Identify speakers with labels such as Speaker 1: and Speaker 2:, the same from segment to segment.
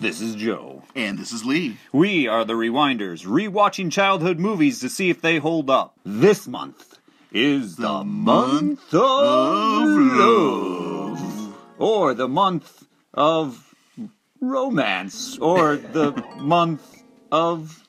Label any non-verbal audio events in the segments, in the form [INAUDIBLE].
Speaker 1: This is Joe.
Speaker 2: And this is Lee.
Speaker 1: We are the Rewinders, rewatching childhood movies to see if they hold up. This month is the, month of, love, or the month of romance, or the month of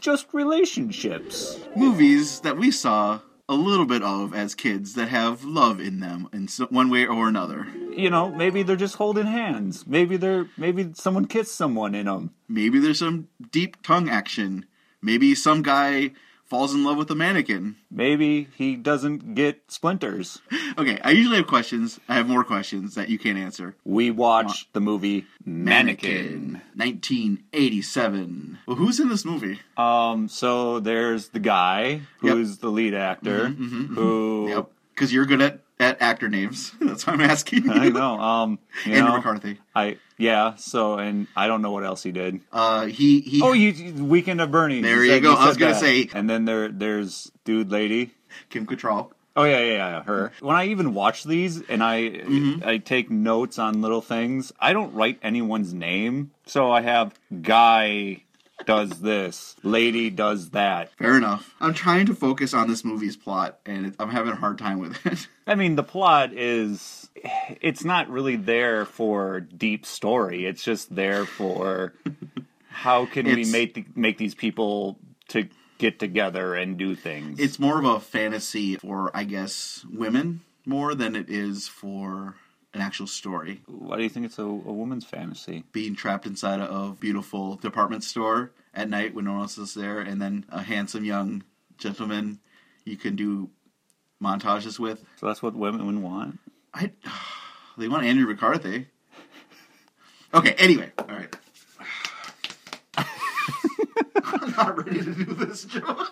Speaker 1: just relationships.
Speaker 2: Movies that we saw a little bit of as kids that have love in them in so, one way or another.
Speaker 1: You know, maybe they're just holding hands. Maybe they're maybe someone kissed someone in them.
Speaker 2: Maybe there's some deep tongue action. Maybe some guy falls in love with a mannequin.
Speaker 1: Maybe he doesn't get splinters.
Speaker 2: Okay, I usually have questions. I have more questions that you can't answer.
Speaker 1: We watched the movie Mannequin.
Speaker 2: 1987. Well, who's in this movie?
Speaker 1: Um, so there's the guy
Speaker 2: Yep. Mm-hmm,
Speaker 1: who's the lead actor who
Speaker 2: Yep. Because you're good at, at actor names. [LAUGHS] That's why I'm asking you.
Speaker 1: I know. Um, you
Speaker 2: [LAUGHS] Andrew
Speaker 1: know,
Speaker 2: McCarthy.
Speaker 1: I yeah. So and I don't know what else he did.
Speaker 2: Uh, he he.
Speaker 1: Oh, you- you Weekend of Bernie.
Speaker 2: There you go. I was gonna
Speaker 1: that.
Speaker 2: say-
Speaker 1: And then there there's dude lady.
Speaker 2: Kim Cattrall.
Speaker 1: Oh yeah, yeah, yeah, her. When I even watch these and I
Speaker 2: Mm-hmm.
Speaker 1: I take notes on little things, I don't write anyone's name. So I have guy does this, lady does that.
Speaker 2: Fair enough. I'm trying to focus on this movie's plot, and it, I'm having a hard time with it. [LAUGHS]
Speaker 1: I mean, the plot is it's not really there for deep story. It's just there for how can we
Speaker 2: It's-
Speaker 1: make the, make these people to get together and do things.
Speaker 2: it's more of a fantasy for, I guess, women more than it is for an actual story.
Speaker 1: Why do you think it's a, a woman's fantasy?
Speaker 2: Being trapped inside a beautiful department store at night when no one else is there, and then a handsome young gentleman you can do montages with.
Speaker 1: So that's what women want.
Speaker 2: I they want Andrew McCarthy. Okay, anyway, all right. I'm not ready to do this, Joe. all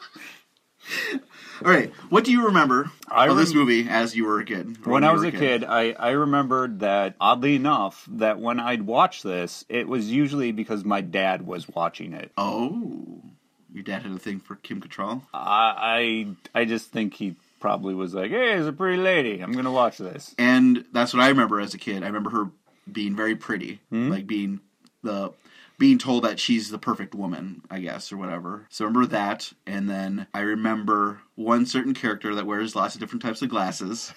Speaker 2: right, what do you remember
Speaker 1: I
Speaker 2: of this
Speaker 1: rem-
Speaker 2: movie as you were a kid? or
Speaker 1: When
Speaker 2: you
Speaker 1: I was
Speaker 2: were
Speaker 1: a kid, I, I remembered that oddly enough, that when I'd watch this, it was usually because my dad was watching it.
Speaker 2: Oh, your dad had a thing for Kim Cattrall.
Speaker 1: I I, I just think he probably was like, "Hey, there's a pretty lady. I'm gonna watch this."
Speaker 2: and that's what I remember as a kid. I remember her being very pretty, like being the being told that she's the perfect woman, I guess, or whatever. So I remember that, and then I remember one certain character that wears lots of different types of glasses.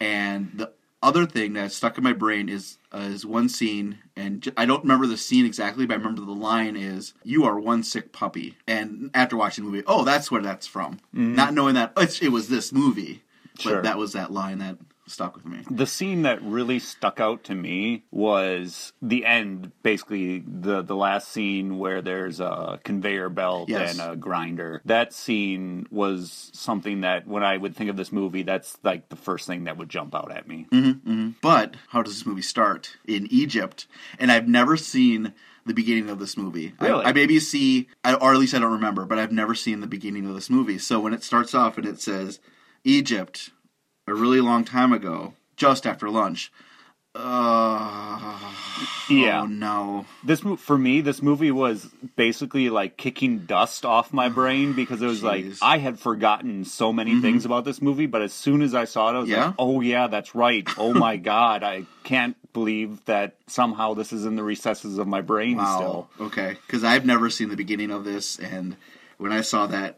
Speaker 2: and the other thing that stuck in my brain is uh, is one scene, and j- I don't remember the scene exactly, but I remember the line is "You are one sick puppy." And after watching the movie, oh, that's where that's from. Not knowing that "Oh, it's, it was this movie,
Speaker 1: Sure.
Speaker 2: but that was that line that stuck with me.
Speaker 1: the scene that really stuck out to me was the end basically the the last scene where there's a conveyor belt
Speaker 2: Yes.
Speaker 1: and a grinder that scene was something that when i would think of this movie that's like the first thing that would jump out at me
Speaker 2: But how does this movie start in Egypt? And I've never seen the beginning of this movie. I-
Speaker 1: Really?
Speaker 2: I, maybe see, I- or at least I don't remember, but I've never seen the beginning of this movie. So when it starts off and it says Egypt, a really long time ago, just after lunch. Uh,
Speaker 1: yeah
Speaker 2: Oh no!
Speaker 1: this mo- for me this movie was basically like kicking dust off
Speaker 2: [SIGHS]
Speaker 1: my brain because it was like
Speaker 2: Jeez. Mm-hmm.
Speaker 1: i had forgotten so many things about this movie but as soon as i saw it i was
Speaker 2: Yeah?
Speaker 1: like oh yeah that's right oh my
Speaker 2: [LAUGHS]
Speaker 1: god i can't believe that somehow this is in the recesses of my brain
Speaker 2: Wow.
Speaker 1: still
Speaker 2: Okay, because I've never seen the beginning of this, and when I saw that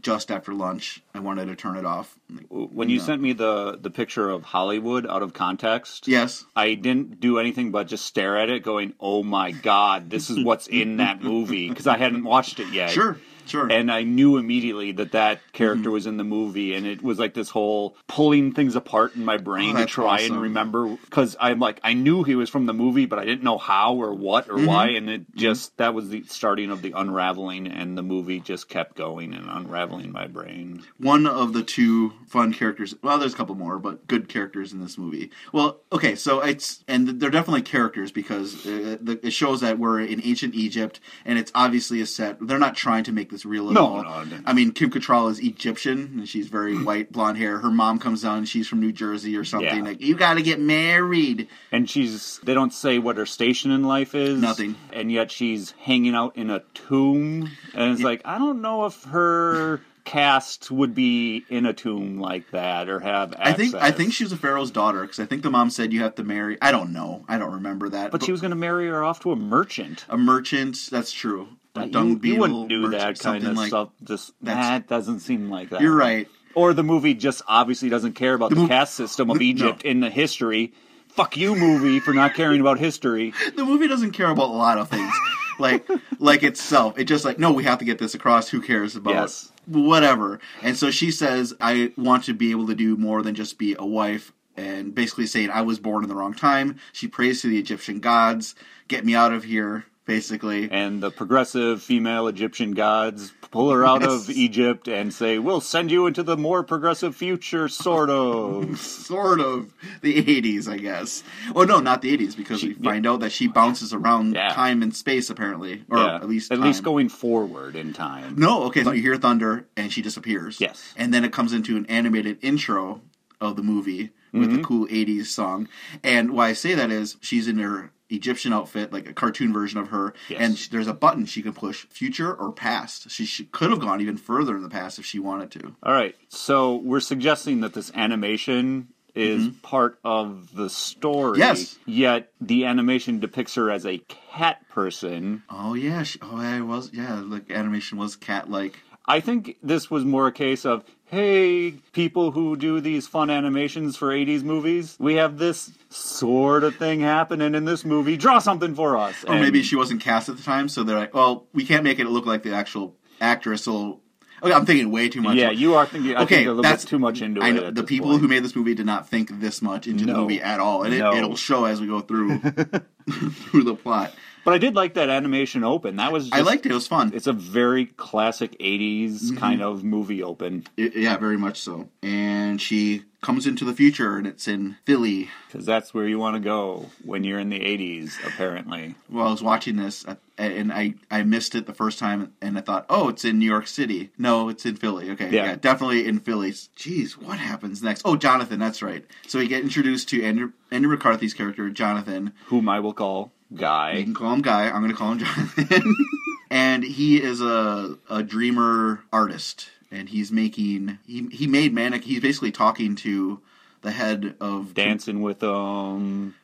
Speaker 2: just after lunch, I wanted to turn it off.
Speaker 1: when you sent me the the picture of hollywood out of context
Speaker 2: Yes.
Speaker 1: I didn't do anything but just stare at it, going, "Oh my god, this is what's in that movie," because I hadn't watched it yet.
Speaker 2: [LAUGHS] Sure. Sure.
Speaker 1: and I knew immediately that that character
Speaker 2: Mhm.
Speaker 1: was in the movie, and it was like this whole pulling things apart in my brain
Speaker 2: Oh,
Speaker 1: to
Speaker 2: that's
Speaker 1: try
Speaker 2: awesome.
Speaker 1: and remember because I'm like I knew he was from the movie, but I didn't know how or what
Speaker 2: Mm-hmm.
Speaker 1: or why, and it just that was the starting of the unraveling, and the movie just kept going and unraveling my brain.
Speaker 2: one of the two fun characters. Well, there's a couple more, but good characters in this movie. Well, okay, so it's and they're definitely characters because uh, the, it shows that we're in ancient Egypt, and it's obviously a set. They're not trying to make this real at
Speaker 1: No,
Speaker 2: all.
Speaker 1: no, I didn't. Mm-hmm.
Speaker 2: I mean, Kim Cattrall is Egyptian, and she's very white, blonde hair. Her mom comes down, and she's from New Jersey or something.
Speaker 1: Yeah.
Speaker 2: Like, you got to get married.
Speaker 1: And she's they don't say what her station in life is.
Speaker 2: Nothing.
Speaker 1: And yet she's hanging out in a tomb. And it's like, I don't know if her cast would be in a tomb like that or have
Speaker 2: I
Speaker 1: access.
Speaker 2: think I think she was a pharaoh's daughter because I think the mom said you have to marry. I don't know. I don't remember that.
Speaker 1: but she was going to marry her off to a merchant.
Speaker 2: a merchant. That's true. A
Speaker 1: You-
Speaker 2: dung
Speaker 1: you,
Speaker 2: beetle
Speaker 1: wouldn't do
Speaker 2: merchant,
Speaker 1: that kind
Speaker 2: something
Speaker 1: of
Speaker 2: like-
Speaker 1: stuff. Just
Speaker 2: That's-
Speaker 1: that doesn't seem like that.
Speaker 2: You're right.
Speaker 1: Or the movie just obviously doesn't care about the,
Speaker 2: mov-
Speaker 1: caste system of
Speaker 2: No.
Speaker 1: Egypt in the history. Fuck you, movie, for not caring about history.
Speaker 2: The movie doesn't care about a lot
Speaker 1: [LAUGHS]
Speaker 2: of things, like like itself. It just like no, we have to get this across. Who cares about
Speaker 1: Yes.
Speaker 2: whatever? And so she says, I want to be able to do more than just be a wife. And basically saying, I was born in the wrong time. She prays to the Egyptian gods, get me out of here. Basically,
Speaker 1: And the progressive female Egyptian gods pull her out of
Speaker 2: Yes.
Speaker 1: Egypt and say, We'll send you into the more progressive future, sort of.
Speaker 2: sort of the 80s, I guess. Well, no, not the 80s, because we find out that she bounces around
Speaker 1: Yeah.
Speaker 2: time and space, apparently, or
Speaker 1: Yeah.
Speaker 2: at least
Speaker 1: at least
Speaker 2: time.
Speaker 1: going forward in time.
Speaker 2: No, okay, so you hear thunder and she disappears.
Speaker 1: Yes.
Speaker 2: and then it comes into an animated intro of the movie with
Speaker 1: Mm-hmm.
Speaker 2: a cool 80s song. And why I say that is she's in her Egyptian outfit, like a cartoon version of her,
Speaker 1: Yes.
Speaker 2: and sh there's a button she can push, future or past. She, she could have gone even further in the past if she wanted to.
Speaker 1: All right. So we're suggesting that this animation is part of the story.
Speaker 2: Mm-hmm. Yes.
Speaker 1: Yet the animation depicts her as a cat person.
Speaker 2: Oh yeah, she, oh yeah, it was yeah, like animation was cat like.
Speaker 1: I think this was more a case of hey, people who do these fun animations for 80s movies, we have this sort of thing happening in this movie. Draw something for us.
Speaker 2: Or maybe she wasn't cast at the time, so they're like, well, we can't make it look like the actual actress. So, okay, I'm thinking way too much.
Speaker 1: Yeah, you are thinking, I
Speaker 2: Okay,
Speaker 1: think a little
Speaker 2: that's-
Speaker 1: bit too much into
Speaker 2: I
Speaker 1: it.
Speaker 2: know
Speaker 1: at
Speaker 2: the
Speaker 1: this
Speaker 2: people
Speaker 1: point.
Speaker 2: who made this movie did not think this much into the
Speaker 1: No.
Speaker 2: movie at all, and it,
Speaker 1: No.
Speaker 2: it'll show as we
Speaker 1: [LAUGHS]
Speaker 2: go through through the plot.
Speaker 1: But I did like that animation open. That was just,
Speaker 2: I Mm-hmm. liked it; it was fun.
Speaker 1: It's a very classic 80s kind of movie open.
Speaker 2: It- yeah, very much so. And she comes into the future, and it's in Philly.
Speaker 1: Because that's where you want to go when you're in the 80s, apparently.
Speaker 2: Well, I was watching this, uh, and I I missed it the first time, and I thought, oh, it's in New York City. No, it's in Philly. Okay, yeah,
Speaker 1: Yeah.
Speaker 2: definitely in Philly. Jeez, what happens next? Oh, Jonathan, that's right. So we get introduced to Andrew Andrew McCarthy's character, Jonathan.
Speaker 1: Whom I will call
Speaker 2: You
Speaker 1: Guy.
Speaker 2: can call him Guy. I'm going to call him Jonathan. [LAUGHS] and he is a a dreamer artist, and he's making he he made manic. He's basically talking to the head of
Speaker 1: Dancing with um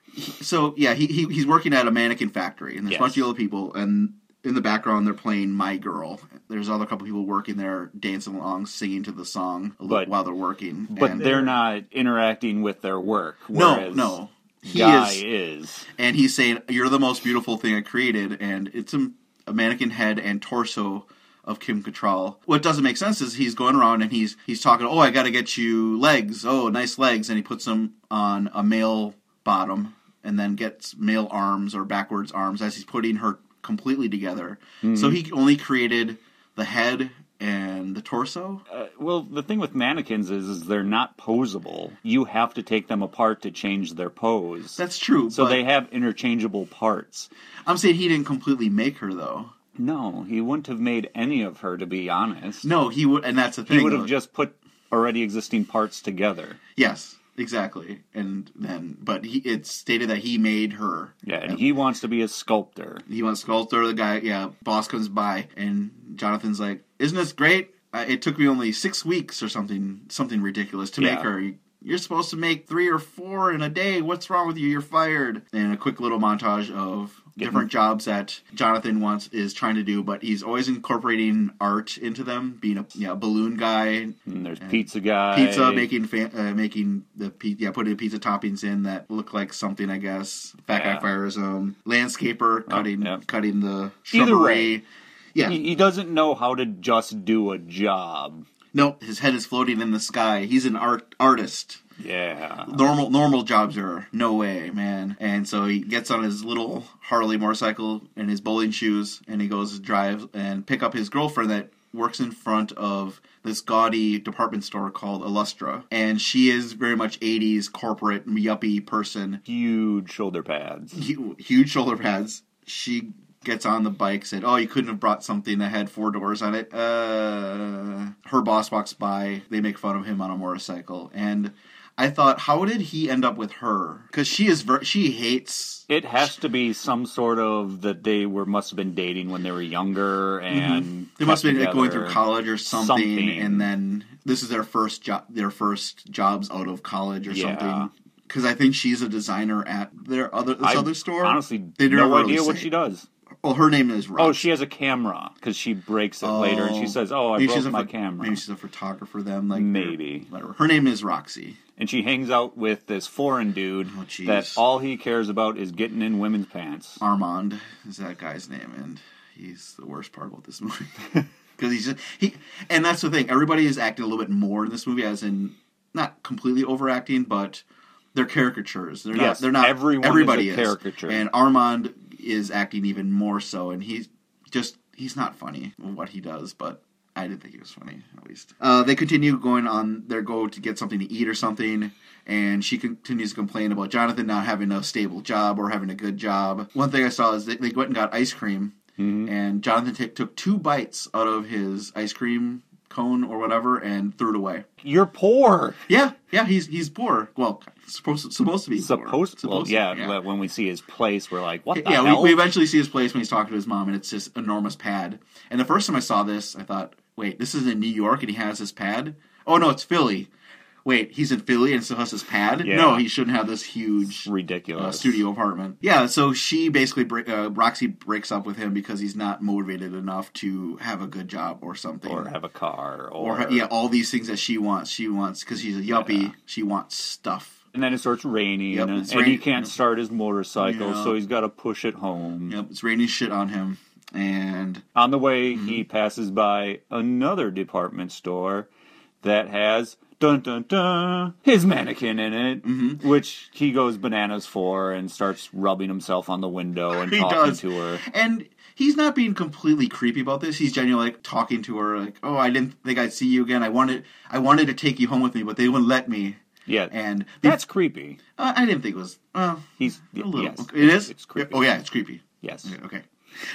Speaker 2: so yeah, he, he he's working at a mannequin factory, and there's a bunch of
Speaker 1: Yes.
Speaker 2: other people, and in the background they're playing "My Girl." There's other couple people working there, dancing along, singing to the song
Speaker 1: But-
Speaker 2: while they're working.
Speaker 1: But
Speaker 2: and-
Speaker 1: they're not interacting with their work.
Speaker 2: no
Speaker 1: whereas
Speaker 2: no. He
Speaker 1: Guy
Speaker 2: is,
Speaker 1: is.
Speaker 2: and he's saying, "You're the most beautiful thing I created," and it's a, a mannequin head and torso of Kim Cattrall. What doesn't make sense is he's going around and he's he's talking, "Oh, I got to get you legs. Oh, nice legs," and he puts them on a male bottom and then gets male arms or backwards arms as he's putting her completely together.
Speaker 1: Mm-hmm.
Speaker 2: So he only created the head and the torso.
Speaker 1: Uh, well, the thing with mannequins is, is they're not posable. You have to take them apart to change their pose.
Speaker 2: That's true.
Speaker 1: so
Speaker 2: but
Speaker 1: they have interchangeable parts.
Speaker 2: I'm saying he didn't completely make her though.
Speaker 1: No, he wouldn't have made any of her, to be honest.
Speaker 2: No, he would, and that's the thing.
Speaker 1: he would
Speaker 2: though.
Speaker 1: have just put already existing parts together.
Speaker 2: Yes, exactly. And then, but he it's stated that he made her.
Speaker 1: Yeah, and he wants to be a sculptor.
Speaker 2: He wants sculptor. The guy, yeah, boss comes by, and Jonathan's like, "Isn't this great? Uh, it took me only six weeks or something, something ridiculous to make
Speaker 1: Yeah.
Speaker 2: her." You're supposed to make three or four in a day. What's wrong with you? You're fired. And a quick little montage of different jobs that Jonathan wants is trying to do, but he's always incorporating art into them. Being a yeah, balloon guy,
Speaker 1: And there's pizza guy.
Speaker 2: Mm. pizza making fa- uh, making the pe- yeah putting pizza toppings in that look like something I guess fat guy
Speaker 1: Yeah.
Speaker 2: fires um landscaper cutting
Speaker 1: yeah.
Speaker 2: cutting the
Speaker 1: Either way.
Speaker 2: shrubbery. yeah
Speaker 1: He, he doesn't know how to just do a job.
Speaker 2: no his head is floating in the sky he's an art artist
Speaker 1: Yeah.
Speaker 2: normal normal jobs are no way man and so he gets on his little Harley motorcycle and his bowling shoes and he goes to drive and pick up his girlfriend that works in front of this gaudy department store called Illustra and she is very much 80s corporate yuppie person
Speaker 1: Huge shoulder pads.
Speaker 2: hu- huge shoulder pads. She gets on the bike, said, "Oh, you couldn't have brought something that had four doors on it." Uh, her boss walks by. They make fun of him on a motorcycle, and I thought, how did he end up with her? Because she is ver- she hates.
Speaker 1: It has to be some sort of that they were must have been dating when they were younger and
Speaker 2: Mm-hmm. They must have
Speaker 1: kept
Speaker 2: been like, going through
Speaker 1: together.
Speaker 2: college or something,
Speaker 1: Something.
Speaker 2: and then this is their first job, their first jobs out of college or
Speaker 1: Yeah.
Speaker 2: something. Because I think she's a designer at their other
Speaker 1: I
Speaker 2: this other store.
Speaker 1: Honestly,
Speaker 2: They never
Speaker 1: no
Speaker 2: really
Speaker 1: idea what
Speaker 2: say.
Speaker 1: she does.
Speaker 2: well, her name is Rob.
Speaker 1: Oh, she has a camera because she breaks it later and she says, "Oh, I
Speaker 2: Maybe she's
Speaker 1: broke
Speaker 2: a
Speaker 1: my
Speaker 2: pho-
Speaker 1: camera,"
Speaker 2: Maybe she's a photographer. Then, like
Speaker 1: Maybe.
Speaker 2: whatever. Her name is Roxy.
Speaker 1: and she hangs out with this foreign dude
Speaker 2: Oh, jeez.
Speaker 1: that all he cares about is getting in women's pants.
Speaker 2: Armand is that guy's name, and he's the worst part about this [LAUGHS] movie because he's just he. And that's the thing. Everybody is acting a little bit more in this movie, as in not completely overacting, but they're caricatures. They're
Speaker 1: Yes,
Speaker 2: not. They're not.
Speaker 1: everyone is a
Speaker 2: everybody
Speaker 1: caricature.
Speaker 2: and Armand is acting even more so, and he's just he's not funny in what he does, but. I didn't think he was funny, at least. Uh, they continue going on their go to get something to eat or something, and she continues to complain about Jonathan not having a stable job or having a good job. One thing I saw is they, they went and got ice cream,
Speaker 1: Mm-hmm.
Speaker 2: and Jonathan t- took two bites out of his ice cream cone or whatever and threw it away.
Speaker 1: You're poor.
Speaker 2: Yeah, yeah, he's he's poor. Well, supposed supposed to be poor.
Speaker 1: Supposed, well,
Speaker 2: to-
Speaker 1: yeah, but When we see his place, we're like, "What the
Speaker 2: yeah,
Speaker 1: hell?"
Speaker 2: we, we eventually see his place when he's talking to his mom, and it's this enormous pad. And the first time I saw this, I thought, wait, this is in New York, and he has this pad. Oh no, it's Philly. Wait, he's in Philly and still has his pad.
Speaker 1: Yeah.
Speaker 2: No, he shouldn't have this huge
Speaker 1: Ridiculous.
Speaker 2: uh, studio apartment. Yeah, so she basically bre- uh, Roxy breaks up with him because he's not motivated enough to have a good job or something.
Speaker 1: or have a car,
Speaker 2: Or
Speaker 1: or,
Speaker 2: ha- yeah, all these things that she wants. She wants because she's a yuppie. She wants stuff.
Speaker 1: and then it starts raining,
Speaker 2: Yep,
Speaker 1: and
Speaker 2: it's
Speaker 1: he
Speaker 2: rain-
Speaker 1: can't start his motorcycle,
Speaker 2: Yeah.
Speaker 1: so he's got to push it home.
Speaker 2: Yep, it's raining shit on him, and
Speaker 1: On the way,
Speaker 2: Mm-hmm.
Speaker 1: he passes by another department store that has dun dun dun his mannequin in it,
Speaker 2: Mm-hmm.
Speaker 1: which he goes bananas for and starts rubbing himself on the window and
Speaker 2: He
Speaker 1: talking
Speaker 2: does.
Speaker 1: to her.
Speaker 2: And he's not being completely creepy about this. He's genuinely like talking to her, like, "Oh, I didn't think I'd see you again. I wanted, I wanted to take you home with me, but they wouldn't let me."
Speaker 1: Yeah,
Speaker 2: And
Speaker 1: that's creepy.
Speaker 2: uh, I didn't think it was uh,
Speaker 1: He's
Speaker 2: a little.
Speaker 1: yes,
Speaker 2: It is.
Speaker 1: It's creepy.
Speaker 2: Oh yeah, it's creepy.
Speaker 1: Yes,
Speaker 2: Okay, okay.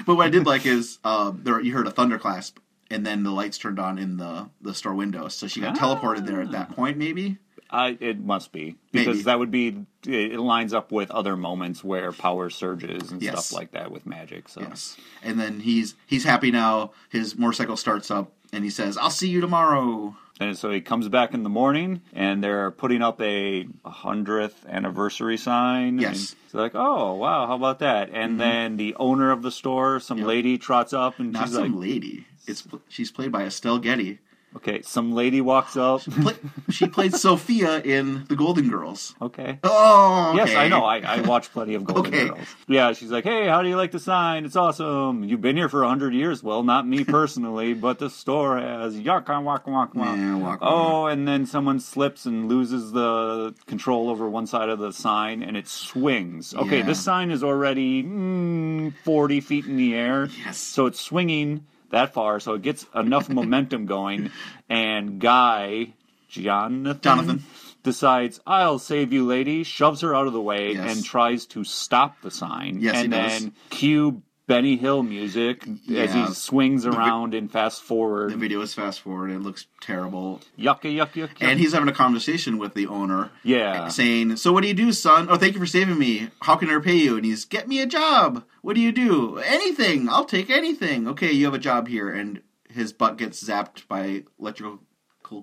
Speaker 2: But what I did like is [LAUGHS] um, there you heard a thunderclasp, and then the lights turned on in the the store window, so she got teleported there at that
Speaker 1: Ah.
Speaker 2: point, maybe.
Speaker 1: I, it must be because
Speaker 2: Maybe.
Speaker 1: that would be it lines up with other moments where power surges and
Speaker 2: Yes.
Speaker 1: stuff like that with magic. So
Speaker 2: Yes. And then he's he's happy now. His motorcycle starts up, and he says, "I'll see you tomorrow."
Speaker 1: And so he comes back in the morning, and they're putting up a hundredth anniversary sign.
Speaker 2: Yes. Mm-hmm.
Speaker 1: And it's like, oh wow, how about that? And then the owner of the store, some lady, trots up, and
Speaker 2: Not
Speaker 1: she's
Speaker 2: some
Speaker 1: like,
Speaker 2: lady. It's pl- she's played by Estelle Getty.
Speaker 1: okay, some lady walks
Speaker 2: [LAUGHS]
Speaker 1: up.
Speaker 2: Pla she played Sophia in The Golden Girls.
Speaker 1: okay.
Speaker 2: Oh,
Speaker 1: Yes,
Speaker 2: okay.
Speaker 1: I know. I, I watch plenty of Golden
Speaker 2: Okay.
Speaker 1: Girls. Yeah, she's like, hey, how do you like the sign? It's awesome. You've been here for a hundred years. Well, not
Speaker 2: [LAUGHS]
Speaker 1: me personally, but the store has. Yaka, waka, waka, waka.
Speaker 2: Yeah, walk around.
Speaker 1: Oh, and then someone slips and loses the control over one side of the sign, and it swings. Okay,
Speaker 2: Yeah.
Speaker 1: this sign is already mm, forty feet in the air.
Speaker 2: Yes.
Speaker 1: So it's swinging that far, so it gets
Speaker 2: [LAUGHS]
Speaker 1: enough momentum going, and Guy Jonathan,
Speaker 2: Jonathan.
Speaker 1: decides, "I'll save you, lady." Shoves her out of the way
Speaker 2: Yes.
Speaker 1: and tries to stop the sign.
Speaker 2: Yes, he
Speaker 1: and
Speaker 2: does.
Speaker 1: then cue Benny Hill music as he
Speaker 2: Yeah.
Speaker 1: swings around and fast forward.
Speaker 2: The video is fast forward. It looks terrible.
Speaker 1: Yucka, yuck, yuck, yuck.
Speaker 2: And he's having a conversation with the owner.
Speaker 1: Yeah.
Speaker 2: Saying, So what do you do, son? Oh, thank you for saving me. How can I repay you? And he's, Get me a job. What do you do? Anything. I'll take anything. Okay, you have a job here. And his butt gets zapped by electrical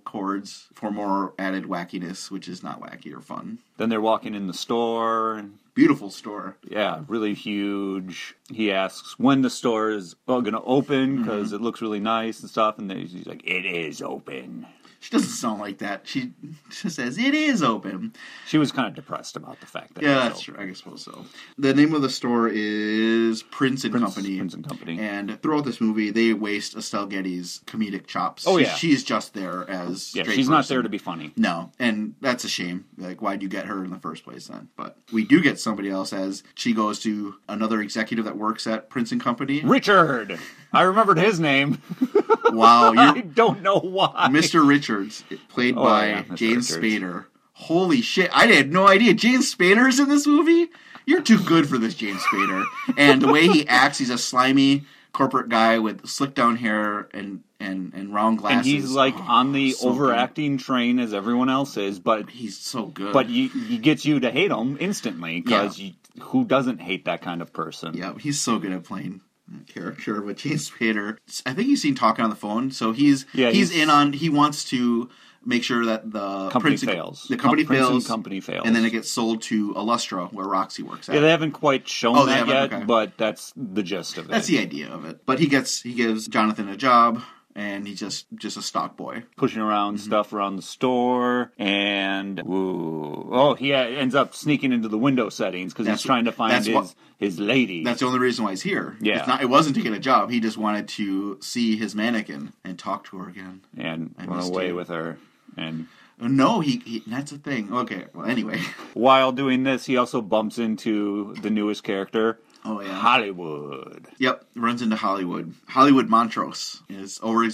Speaker 2: cords for more added wackiness, which is not wacky or fun.
Speaker 1: Then they're walking in the store.
Speaker 2: Beautiful store.
Speaker 1: Yeah, really huge. He asks when the store is going to open
Speaker 2: Mm-hmm.
Speaker 1: because it looks really nice and stuff. And then he's like, "It is open."
Speaker 2: She doesn't sound like that. She [LAUGHS] just says, It is open.
Speaker 1: She was kind of depressed about the fact that. it
Speaker 2: Yeah,
Speaker 1: was
Speaker 2: that's
Speaker 1: open.
Speaker 2: true. I suppose so. The name of the store is Prince and Company.
Speaker 1: Prince and Company.
Speaker 2: And throughout this movie, they waste Estelle Getty's comedic chops.
Speaker 1: Oh,
Speaker 2: She-
Speaker 1: yeah.
Speaker 2: she's just there as.
Speaker 1: yeah,
Speaker 2: straight
Speaker 1: she's not
Speaker 2: person.
Speaker 1: there to be funny.
Speaker 2: No, and that's a shame. Like, why'd you get her in the first place then? But we do get somebody else as she goes to another executive that works at Prince
Speaker 1: [LAUGHS]
Speaker 2: and Company.
Speaker 1: Richard. I remembered his name. [LAUGHS]
Speaker 2: Wow,
Speaker 1: I
Speaker 2: you're
Speaker 1: don't know why. [LAUGHS]
Speaker 2: Mr. Richards, played by
Speaker 1: Oh, yeah, Mr. Richards.
Speaker 2: James Spader. Holy shit! I had no idea James Spader's in this movie. You're too good for this, James Spader. And the way
Speaker 1: [LAUGHS]
Speaker 2: he acts, he's a slimy corporate guy with slick down hair and and and round glasses.
Speaker 1: and he's like
Speaker 2: Oh,
Speaker 1: on the
Speaker 2: so
Speaker 1: overacting train as everyone else is, but
Speaker 2: good. He's so good.
Speaker 1: but he, he gets you to hate him instantly because who doesn't hate that kind of person?
Speaker 2: Yeah, he's so good at playing that character with James Spader. I think he's seen talking on the phone, so he's
Speaker 1: Yeah,
Speaker 2: he's,
Speaker 1: he's-
Speaker 2: in on. He wants to make sure that the
Speaker 1: Company
Speaker 2: Prince-
Speaker 1: fails.
Speaker 2: The company
Speaker 1: Prince and
Speaker 2: fails.
Speaker 1: company fails.
Speaker 2: and then it gets sold to Illustro, where Roxy works at.
Speaker 1: Yeah, they haven't quite shown
Speaker 2: Oh, they
Speaker 1: that
Speaker 2: haven't?
Speaker 1: yet,
Speaker 2: Okay.
Speaker 1: but that's the gist of it.
Speaker 2: That's the idea of it. But he gets he gives Jonathan a job, and he's just just a stock boy.
Speaker 1: Pushing around
Speaker 2: Mm-hmm.
Speaker 1: stuff around the store, and ooh, oh, he uh, ends up sneaking into the window settings because he's
Speaker 2: That's-
Speaker 1: trying to find
Speaker 2: that's
Speaker 1: his
Speaker 2: what-
Speaker 1: his lady.
Speaker 2: That's the only reason why he's here.
Speaker 1: Yeah.
Speaker 2: It's not, it wasn't to get a job. He just wanted to see his mannequin and talk to her again.
Speaker 1: and
Speaker 2: I
Speaker 1: went
Speaker 2: missed
Speaker 1: away
Speaker 2: you.
Speaker 1: with her. And
Speaker 2: No, he, he that's the thing. Okay, well, anyway. [LAUGHS]
Speaker 1: while doing this, he also bumps into the newest character,
Speaker 2: Oh yeah.
Speaker 1: Hollywood.
Speaker 2: Yep, runs into Hollywood. Hollywood Montrose is over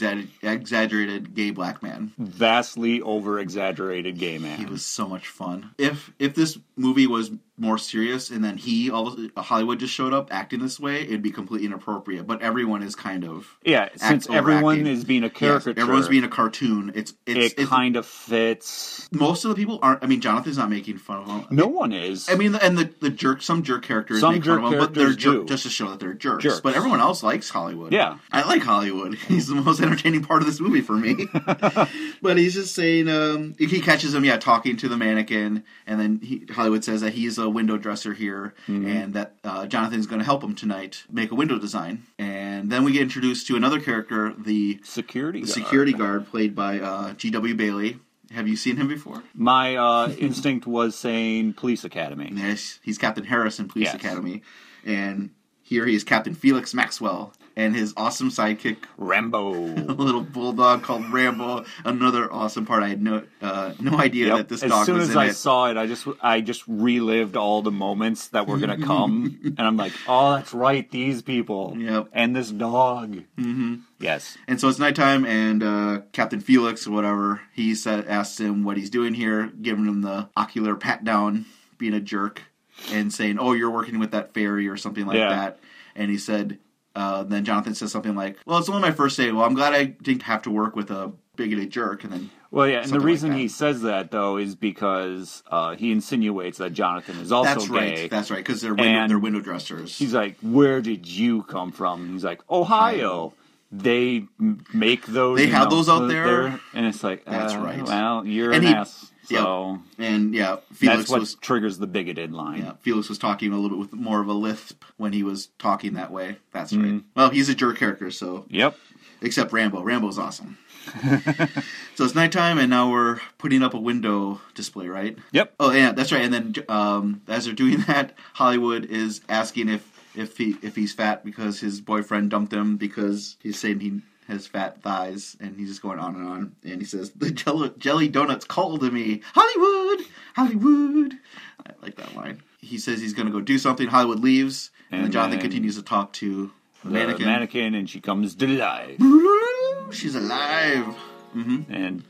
Speaker 2: exaggerated gay black man.
Speaker 1: Vastly over exaggerated gay
Speaker 2: He
Speaker 1: man.
Speaker 2: was so much fun. If if this movie was more serious and then he all Hollywood just showed up acting this way, it'd be completely inappropriate. But everyone is kind of
Speaker 1: Yeah, since everyone
Speaker 2: overacting.
Speaker 1: is being a
Speaker 2: yes,
Speaker 1: caricature,
Speaker 2: everyone's being a cartoon. It's it's,
Speaker 1: it
Speaker 2: it's
Speaker 1: kind of fits.
Speaker 2: most of the people aren't. I mean, Jonathan's not making fun of him.
Speaker 1: No one is.
Speaker 2: I mean, and the, the jerk, some jerk characters
Speaker 1: Some
Speaker 2: make
Speaker 1: jerk
Speaker 2: fun of him, but they're
Speaker 1: characters
Speaker 2: jerk,
Speaker 1: do.
Speaker 2: just to show that they're jerks.
Speaker 1: Jerks.
Speaker 2: But everyone else likes Hollywood.
Speaker 1: Yeah.
Speaker 2: I like Hollywood. [LAUGHS] He's the most entertaining part of this movie for me.
Speaker 1: [LAUGHS]
Speaker 2: but he's just saying, um, if he catches him, yeah, talking to the mannequin, and then he, Hollywood says that he's a window dresser here,
Speaker 1: Mm-hmm.
Speaker 2: and that uh, Jonathan's going to help him tonight make a window design. And then we get introduced to another character, the
Speaker 1: security. guard.
Speaker 2: security guard played by uh, G.W. Bailey. Have you seen him before?
Speaker 1: My uh, instinct was saying police
Speaker 2: [LAUGHS]
Speaker 1: academy.
Speaker 2: Yes, he's Captain Harris in Police
Speaker 1: Yes.
Speaker 2: Academy, and here he is Captain Felix Maxwell and his awesome sidekick, [LAUGHS]
Speaker 1: Rambo.
Speaker 2: a little bulldog called Rambo. Another awesome part. I had no uh, no idea that
Speaker 1: Yep.
Speaker 2: this
Speaker 1: As
Speaker 2: dog
Speaker 1: soon
Speaker 2: was
Speaker 1: as
Speaker 2: in
Speaker 1: I
Speaker 2: it.
Speaker 1: saw it, I just I just relived all the moments that were gonna
Speaker 2: [LAUGHS]
Speaker 1: come, and I'm like, oh, that's right, these people,
Speaker 2: Yep.
Speaker 1: and this dog. Mm-hmm. Yes,
Speaker 2: and so it's nighttime, and uh, Captain Felix or whatever he said asks him what he's doing here, giving him the ocular pat down, being a jerk, and saying, "Oh, you're working with that fairy" or something like
Speaker 1: Yeah.
Speaker 2: that. And he said, uh, then Jonathan says something like, "Well, it's only my first day. Well, I'm glad I didn't have to work with a bigoted jerk." And then
Speaker 1: Well, yeah, and the
Speaker 2: Something like
Speaker 1: reason
Speaker 2: that.
Speaker 1: he says that though is because uh, he insinuates that Jonathan is also
Speaker 2: That's
Speaker 1: gay.
Speaker 2: right. That's right. Because they're window,
Speaker 1: And-
Speaker 2: they're window dressers.
Speaker 1: He's like, "Where did you come from?" And he's like, "Ohio." They m- make those.
Speaker 2: They
Speaker 1: you
Speaker 2: have
Speaker 1: know,
Speaker 2: those out
Speaker 1: th-
Speaker 2: there?
Speaker 1: and it's like,
Speaker 2: That's
Speaker 1: uh,
Speaker 2: right.
Speaker 1: Well, you're
Speaker 2: And
Speaker 1: an
Speaker 2: he-
Speaker 1: ass,
Speaker 2: yeah.
Speaker 1: so
Speaker 2: and yeah,
Speaker 1: that's
Speaker 2: Felix
Speaker 1: what
Speaker 2: was
Speaker 1: triggers the bigoted line.
Speaker 2: yeah, Felix was talking a little bit with more of a lisp when he was talking that way. That's
Speaker 1: Mm-hmm.
Speaker 2: right. Well, he's a jerk character, so
Speaker 1: Yep.
Speaker 2: except Rambo.
Speaker 1: [LAUGHS]
Speaker 2: Rambo's awesome. so it's nighttime, and now we're putting up a window display, right?
Speaker 1: Yep.
Speaker 2: Oh yeah, that's right. And then um, as they're doing [LAUGHS] that, Hollywood is asking if if he if he's fat because his boyfriend dumped him because he's saying he has fat thighs, and he's just going on and on. And he says the jello, jelly donuts called to me, Hollywood, Hollywood. I like that line. He says he's going to go do something. Hollywood leaves, and,
Speaker 1: And
Speaker 2: then Jonathan
Speaker 1: then
Speaker 2: continues to talk to the
Speaker 1: The
Speaker 2: mannequin.
Speaker 1: mannequin. and she comes to life,
Speaker 2: She's alive.
Speaker 1: and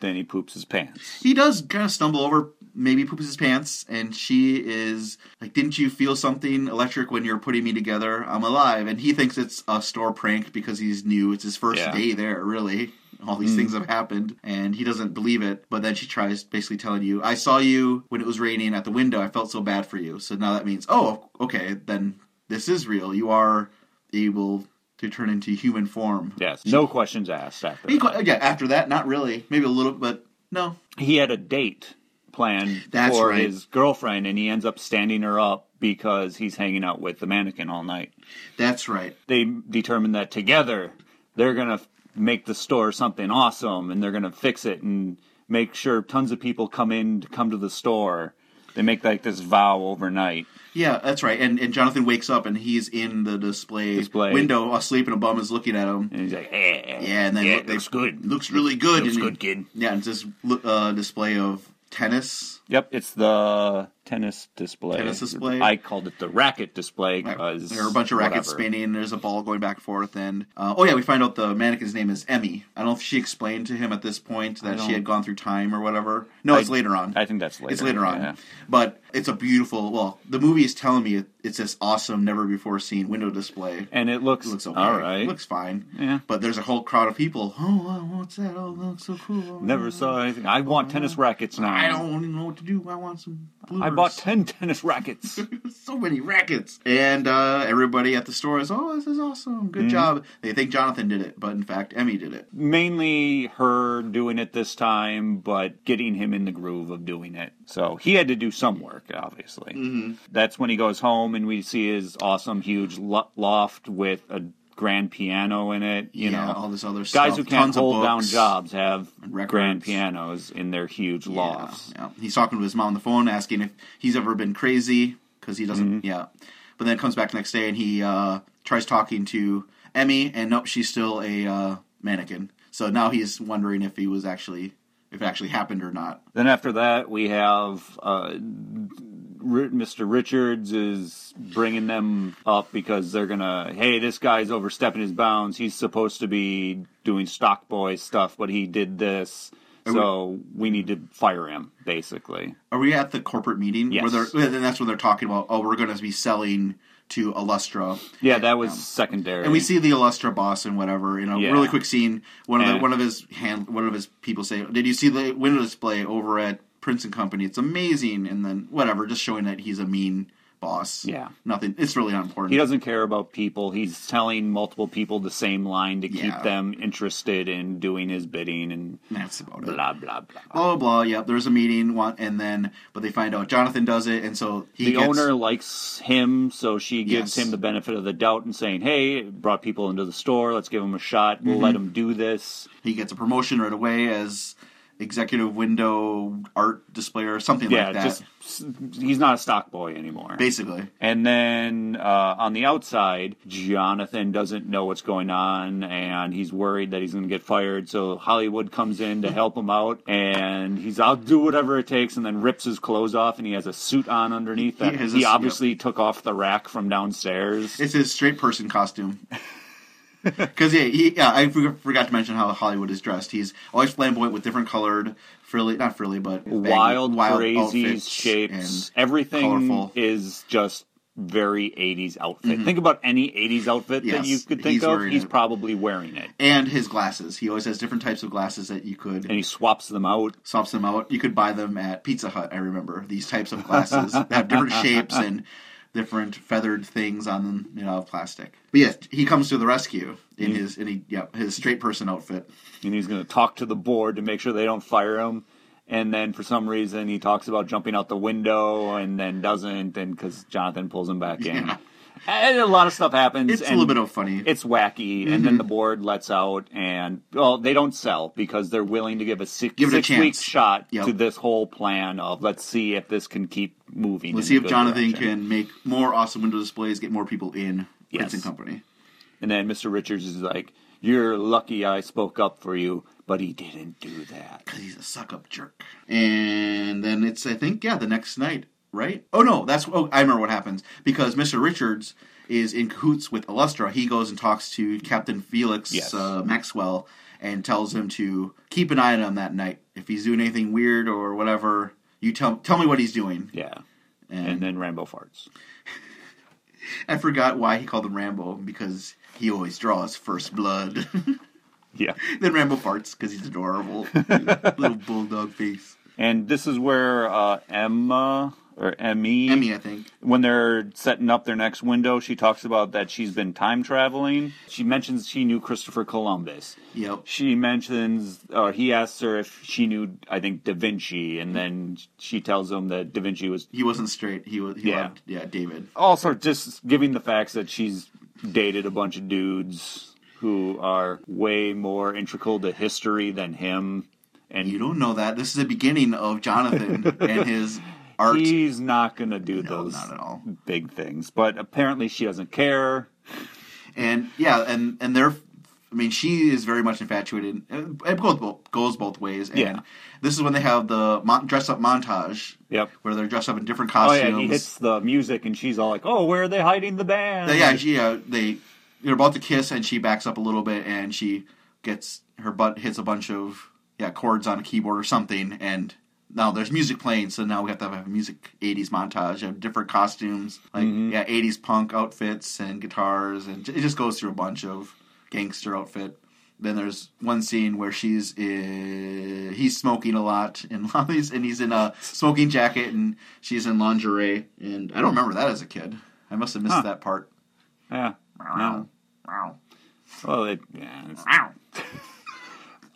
Speaker 1: then he poops his pants.
Speaker 2: he does kind of stumble over, maybe poops his pants, and she is like, "Didn't you feel something electric when you're putting me together? I'm alive." And he thinks it's a store prank because he's new. It's his first
Speaker 1: Yeah.
Speaker 2: day there, really. All these things have happened, and he doesn't believe it. But then she tries, basically telling you, "I saw you when it was raining at the window. I felt so bad for you." So now that means, oh, okay, then this is real. You are able to turn into human form.
Speaker 1: Yes, no questions asked after.
Speaker 2: He
Speaker 1: that.
Speaker 2: qu- oh, Yeah. After that, not really. Maybe a little, but no.
Speaker 1: he had a date planned
Speaker 2: That's
Speaker 1: for
Speaker 2: right.
Speaker 1: his girlfriend and he ends up standing her up because he's hanging out with the mannequin all night.
Speaker 2: That's right.
Speaker 1: They determine that together they're going to make the store something awesome and they're going to fix it and make sure tons of people come in to come to the store. They make like this vow overnight.
Speaker 2: Yeah, that's right. And and Jonathan wakes up and he's in the display,
Speaker 1: Display.
Speaker 2: window asleep, and a bum is looking at him.
Speaker 1: And he's like, eh,
Speaker 2: Yeah, and then
Speaker 1: yeah,
Speaker 2: look-
Speaker 1: it looks good.
Speaker 2: Looks really good.
Speaker 1: Looks
Speaker 2: and he-
Speaker 1: good, kid.
Speaker 2: Yeah, it's this uh, display of tennis.
Speaker 1: Yep, it's the tennis display.
Speaker 2: Tennis display?
Speaker 1: I called it the racket display because
Speaker 2: There are a bunch of rackets
Speaker 1: whatever.
Speaker 2: spinning, and there's a ball going back and forth. And uh, oh yeah, we find out the mannequin's name is Emmy. I don't know if she explained to him at this point that she
Speaker 1: don't-
Speaker 2: had gone through time or whatever. No, it's later on.
Speaker 1: I think that's later.
Speaker 2: It's later on,
Speaker 1: yeah.
Speaker 2: but it's a beautiful. Well, the movie is telling me it- it's this awesome, never before seen window display.
Speaker 1: And it looks,
Speaker 2: It looks okay.
Speaker 1: all right.
Speaker 2: It looks fine.
Speaker 1: Yeah.
Speaker 2: But there's a whole crowd of people. Oh, wow, what's that? Oh, that looks so cool.
Speaker 1: Never saw anything. I want tennis rackets now.
Speaker 2: I don't even know what to do. I want some. Bloopers.
Speaker 1: I bought ten tennis
Speaker 2: [LAUGHS]
Speaker 1: rackets.
Speaker 2: so many rackets. And uh, everybody at the store is, oh, this is awesome.
Speaker 1: Mm-hmm.
Speaker 2: Good job. They think Jonathan did it, but in fact, Emmy did it.
Speaker 1: Mainly her doing it this time, but getting him in the groove of doing it. So he had to do some work, obviously.
Speaker 2: Mm-hmm.
Speaker 1: That's when he goes home and we see his awesome, huge lo- loft with a grand piano in it. You
Speaker 2: yeah,
Speaker 1: know,
Speaker 2: all this other stuff.
Speaker 1: guys who can't
Speaker 2: Tons of
Speaker 1: hold down
Speaker 2: books.
Speaker 1: jobs have
Speaker 2: records.
Speaker 1: grand pianos in their huge lofts.
Speaker 2: Yeah, yeah. He's talking to his mom on the phone, asking if he's ever been crazy because he doesn't. Yeah, but then comes back the next day and he uh, tries talking to Emmy, and nope, she's still a uh, mannequin. So now he's wondering if he was actually if it actually happened or not.
Speaker 1: Then after that, we have uh, Ri- Mr. Richards is bringing them up because they're gonna. Hey, this guy's overstepping his bounds. He's supposed to be doing stock boy stuff, but he did this, so we need to fire him. Basically,
Speaker 2: Are we at the corporate meeting?
Speaker 1: Yes.
Speaker 2: Where they're, then that's when they're talking about oh, we're going to be selling to Illustra.
Speaker 1: yeah, that was secondary.
Speaker 2: And we see the Illustra boss and whatever in a
Speaker 1: Yeah.
Speaker 2: really quick scene. One of the,
Speaker 1: And-
Speaker 2: one of his hand, one of his people say, "Did you see the window display over at Prince and Company? It's amazing." And then whatever, just showing that he's a mean boss.
Speaker 1: Yeah.
Speaker 2: nothing. It's really not important.
Speaker 1: He doesn't care about people. He's telling multiple people the same line to
Speaker 2: Yeah.
Speaker 1: keep them interested in doing his bidding and
Speaker 2: That's about it.
Speaker 1: blah blah blah.
Speaker 2: Blah blah blah. Yep, there's a meeting, one, and then but they find out Jonathan does it, and so he
Speaker 1: the
Speaker 2: gets,
Speaker 1: owner likes him, so she gives
Speaker 2: Yes.
Speaker 1: him the benefit of the doubt and saying, "Hey, it brought people into the store. Let's give him a shot. We'll let
Speaker 2: Mm-hmm.
Speaker 1: him do this."
Speaker 2: he gets a promotion right away as executive window art displayer or something
Speaker 1: Yeah,
Speaker 2: like that.
Speaker 1: just he's not a stock boy anymore.
Speaker 2: Basically,
Speaker 1: And then uh, on the outside, Jonathan doesn't know what's going on, and he's worried that he's going to get fired. So Hollywood comes in to help him out, and he's I'll do whatever it takes, and then rips his clothes off, and he has a suit on underneath that
Speaker 2: has
Speaker 1: he
Speaker 2: a-
Speaker 1: obviously took off the rack from downstairs.
Speaker 2: It's his straight person costume. [LAUGHS] Because yeah, he, yeah, I forg- forgot to mention how Hollywood is dressed. He's always flamboyant with different colored frilly, not frilly, but baggy-
Speaker 1: wild, crazy
Speaker 2: outfits
Speaker 1: shapes.
Speaker 2: and
Speaker 1: Everything
Speaker 2: colorful. Mm-hmm.
Speaker 1: is just very 80s outfit. Think about any 80s outfit that
Speaker 2: Yes,
Speaker 1: you could think
Speaker 2: he's
Speaker 1: of.
Speaker 2: wearing
Speaker 1: He's
Speaker 2: it.
Speaker 1: probably wearing it.
Speaker 2: and his glasses. He always has different types of glasses that you could
Speaker 1: And he swaps them out.
Speaker 2: swaps them out. You could buy them at Pizza Hut. I remember these types of glasses that
Speaker 1: [LAUGHS]
Speaker 2: have different shapes and different feathered things on them, you know, plastic. But yes, he comes to the rescue in
Speaker 1: Mm.
Speaker 2: his in he, yeah, his straight person outfit.
Speaker 1: And he's going to talk to the board to make sure they don't fire him. And then for some reason, he talks about jumping out the window and then doesn't. And because Jonathan pulls him back in.
Speaker 2: Yeah.
Speaker 1: And a lot of stuff happens.
Speaker 2: It's a
Speaker 1: and
Speaker 2: little bit of funny.
Speaker 1: it's wacky, and
Speaker 2: Mm-hmm.
Speaker 1: then the board lets out, and well, they don't sell because they're willing to give a six,
Speaker 2: Give it a
Speaker 1: six week
Speaker 2: chance.
Speaker 1: shot
Speaker 2: Yep.
Speaker 1: to this whole plan of let's see if this can keep moving.
Speaker 2: Let's
Speaker 1: in
Speaker 2: see
Speaker 1: a
Speaker 2: if
Speaker 1: good
Speaker 2: Jonathan
Speaker 1: direction.
Speaker 2: can make more awesome window displays, get more people in
Speaker 1: Yes.
Speaker 2: Prince and Company.
Speaker 1: And then Mr. Richards is like, "You're lucky I spoke up for you, but he didn't do that."
Speaker 2: Because he's a suck up jerk. And then it's, I think, yeah, the next night, right? Oh, no, that's, oh, I remember what happens. Because Mr. Richards is in cahoots with Illustra. He goes and talks to Captain Felix
Speaker 1: Yes.
Speaker 2: uh, Maxwell and tells him to keep an eye on him that night. If he's doing anything weird or whatever, you tell, tell me what he's doing.
Speaker 1: Yeah,
Speaker 2: And,
Speaker 1: and then Rambo farts.
Speaker 2: I forgot why he called him Rambo, because he always draws first blood. [LAUGHS]
Speaker 1: Yeah,
Speaker 2: Then Rambo farts because
Speaker 1: [LAUGHS]
Speaker 2: he's adorable. Little bulldog face.
Speaker 1: and this is where uh, Emma or Emmy,
Speaker 2: Emmy, I think.
Speaker 1: when they're setting up their next window, she talks about that she's been time traveling. She mentions she knew Christopher Columbus.
Speaker 2: Yep.
Speaker 1: she mentions or he asks her if she knew i think da vinci and then she tells him that da vinci was
Speaker 2: He wasn't straight. He was. He
Speaker 1: Yeah.
Speaker 2: loved. Yeah, David.
Speaker 1: also just giving the facts that she's dated a bunch of dudes who are way more integral to history than him and
Speaker 2: You don't know that. This is the beginning
Speaker 1: [LAUGHS]
Speaker 2: of Jonathan and his art.
Speaker 1: he's not going to do those
Speaker 2: not at all.
Speaker 1: big things but apparently she doesn't care
Speaker 2: And yeah, and and their I mean, she is very much infatuated. uh, It goes both, goes both ways. And
Speaker 1: Yeah.
Speaker 2: this is when they have the mon- dress up montage.
Speaker 1: Yep.
Speaker 2: Where they're dressed up in
Speaker 1: Oh
Speaker 2: different costumes.
Speaker 1: yeah, and he hits the music, and she's all like, "Oh, where are they hiding the band?"
Speaker 2: They- yeah, she, uh, they they're about to kiss, and she backs up a little bit, and she gets her butt hits a bunch of yeah chords on a keyboard or something, and now there's music playing. So now we have to have a music '80s montage of different costumes, like yeah '80s punk outfits and guitars, and it just goes through a bunch of gangster outfit. Then there's one scene where she's uh, he's smoking a lot and [LAUGHS] Lollie's and he's in a smoking jacket and she's in lingerie and I don't remember that as a kid. I must have missed
Speaker 1: Huh.
Speaker 2: that part.
Speaker 1: yeah. No.
Speaker 2: Wow.
Speaker 1: Well, it, yeah, it's-
Speaker 2: Wow.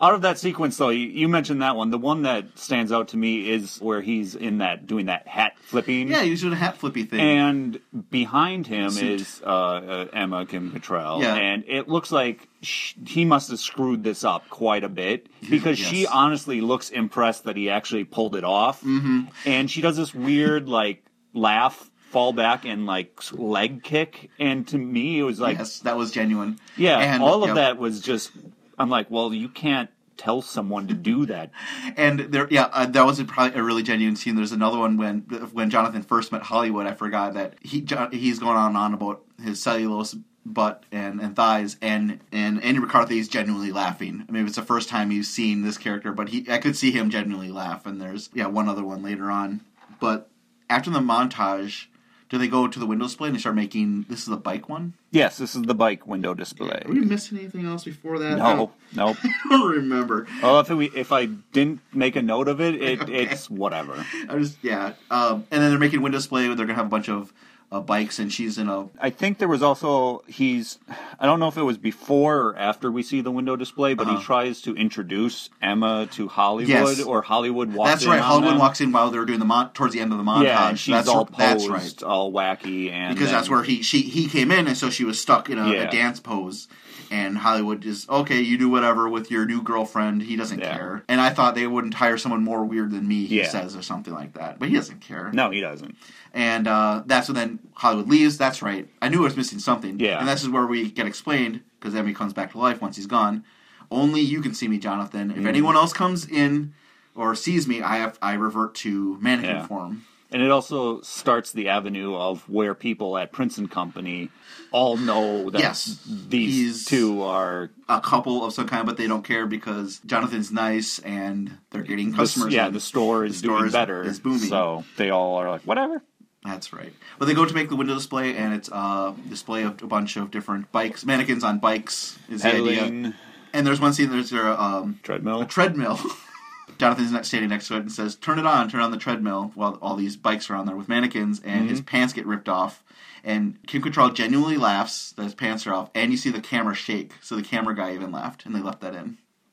Speaker 1: out of that sequence though, you, you mentioned that one. The one that stands out to me is where he's in that doing that hat flipping.
Speaker 2: Yeah, he was doing a hat flippy thing.
Speaker 1: And behind him
Speaker 2: Suit.
Speaker 1: is uh, uh, Emma Kim Cattrall,
Speaker 2: Yeah.
Speaker 1: and it looks like sh he must have screwed this up quite a bit because she
Speaker 2: Yes.
Speaker 1: honestly looks impressed that he actually pulled it off, mm-hmm. and she does this weird like laugh, fall back, and like s- leg kick, and to me it was like,
Speaker 2: yes, that was genuine.
Speaker 1: yeah,
Speaker 2: and,
Speaker 1: all of
Speaker 2: yeah,
Speaker 1: that was just. I'm like, well, you can't tell someone to do that.
Speaker 2: And there, yeah, uh, that was a, probably a really genuine scene. There's another one when when Jonathan first met Hollywood. I forgot that he Jo- he's going on and on about his cellulose butt and, and thighs, and and Andy McCarthy is genuinely laughing. I mean, it's the first time he's seen this character, but he I could see him genuinely laugh. And there's yeah, one other one later on, but after the montage. Do they go to the window display and they start making this is the bike one?
Speaker 1: Yes, this is the bike window display.
Speaker 2: Did we miss anything else before that? Oh. I
Speaker 1: No,
Speaker 2: don't-
Speaker 1: no.
Speaker 2: I don't remember.
Speaker 1: Well, if, we, if I didn't make a note of it, it it's whatever.
Speaker 2: I just yeah. Um, and then they're making window display. They're gonna have a bunch of uh, bikes, and she's in a
Speaker 1: I think there was also he's. I don't know if it was before or after we see the window display, but he tries to introduce Emma to Hollywood,
Speaker 2: Yes.
Speaker 1: or Hollywood walks.
Speaker 2: that's
Speaker 1: in
Speaker 2: right.
Speaker 1: on
Speaker 2: Hollywood
Speaker 1: them.
Speaker 2: walks in while they're doing the mon- towards the end of the montage.
Speaker 1: Yeah, and she's
Speaker 2: that's
Speaker 1: all
Speaker 2: where- that's
Speaker 1: posed,
Speaker 2: right.
Speaker 1: all wacky, and
Speaker 2: Because
Speaker 1: then-
Speaker 2: that's where he she he came in, and so she was stuck in a, a
Speaker 1: Yeah.
Speaker 2: dance pose. And Hollywood just okay, you do whatever with your new girlfriend. He doesn't
Speaker 1: Yeah.
Speaker 2: care. And I thought they wouldn't hire someone more weird than me. He
Speaker 1: Yeah.
Speaker 2: says or something like that, but he doesn't care.
Speaker 1: No, he doesn't.
Speaker 2: And uh, that's when then Hollywood leaves. That's right. I knew I was missing something.
Speaker 1: Yeah.
Speaker 2: And this is where we get explained because Emmy comes back to life once he's gone. Only you can see me, Jonathan. If
Speaker 1: Mm.
Speaker 2: anyone else comes in or sees me, I have I revert to mannequin
Speaker 1: Yeah.
Speaker 2: form.
Speaker 1: And it also starts the avenue of where people at Prince and Company all know that
Speaker 2: Yes.
Speaker 1: these
Speaker 2: He's-
Speaker 1: two are
Speaker 2: A couple of some kind, but they don't care because Jonathan's nice and they're getting customers.
Speaker 1: yeah,
Speaker 2: in.
Speaker 1: the store is
Speaker 2: store
Speaker 1: doing
Speaker 2: is-
Speaker 1: better.
Speaker 2: is booming.
Speaker 1: So they all are like, whatever.
Speaker 2: That's right. But they go to make the window display, and it's a display of a bunch of different bikes, mannequins on bikes is the idea.
Speaker 1: Pedaling,
Speaker 2: And there's one scene. There's a um,
Speaker 1: treadmill.
Speaker 2: treadmill. [LAUGHS] Jonathan's not standing next to it and says, "Turn it on, turn on the treadmill." While all these bikes are on there with mannequins, and
Speaker 1: Mm-hmm.
Speaker 2: his pants get ripped off, and Kim Cattrall genuinely laughs that his pants are off, and you see the camera shake. So the camera guy even laughed, and they left that in. I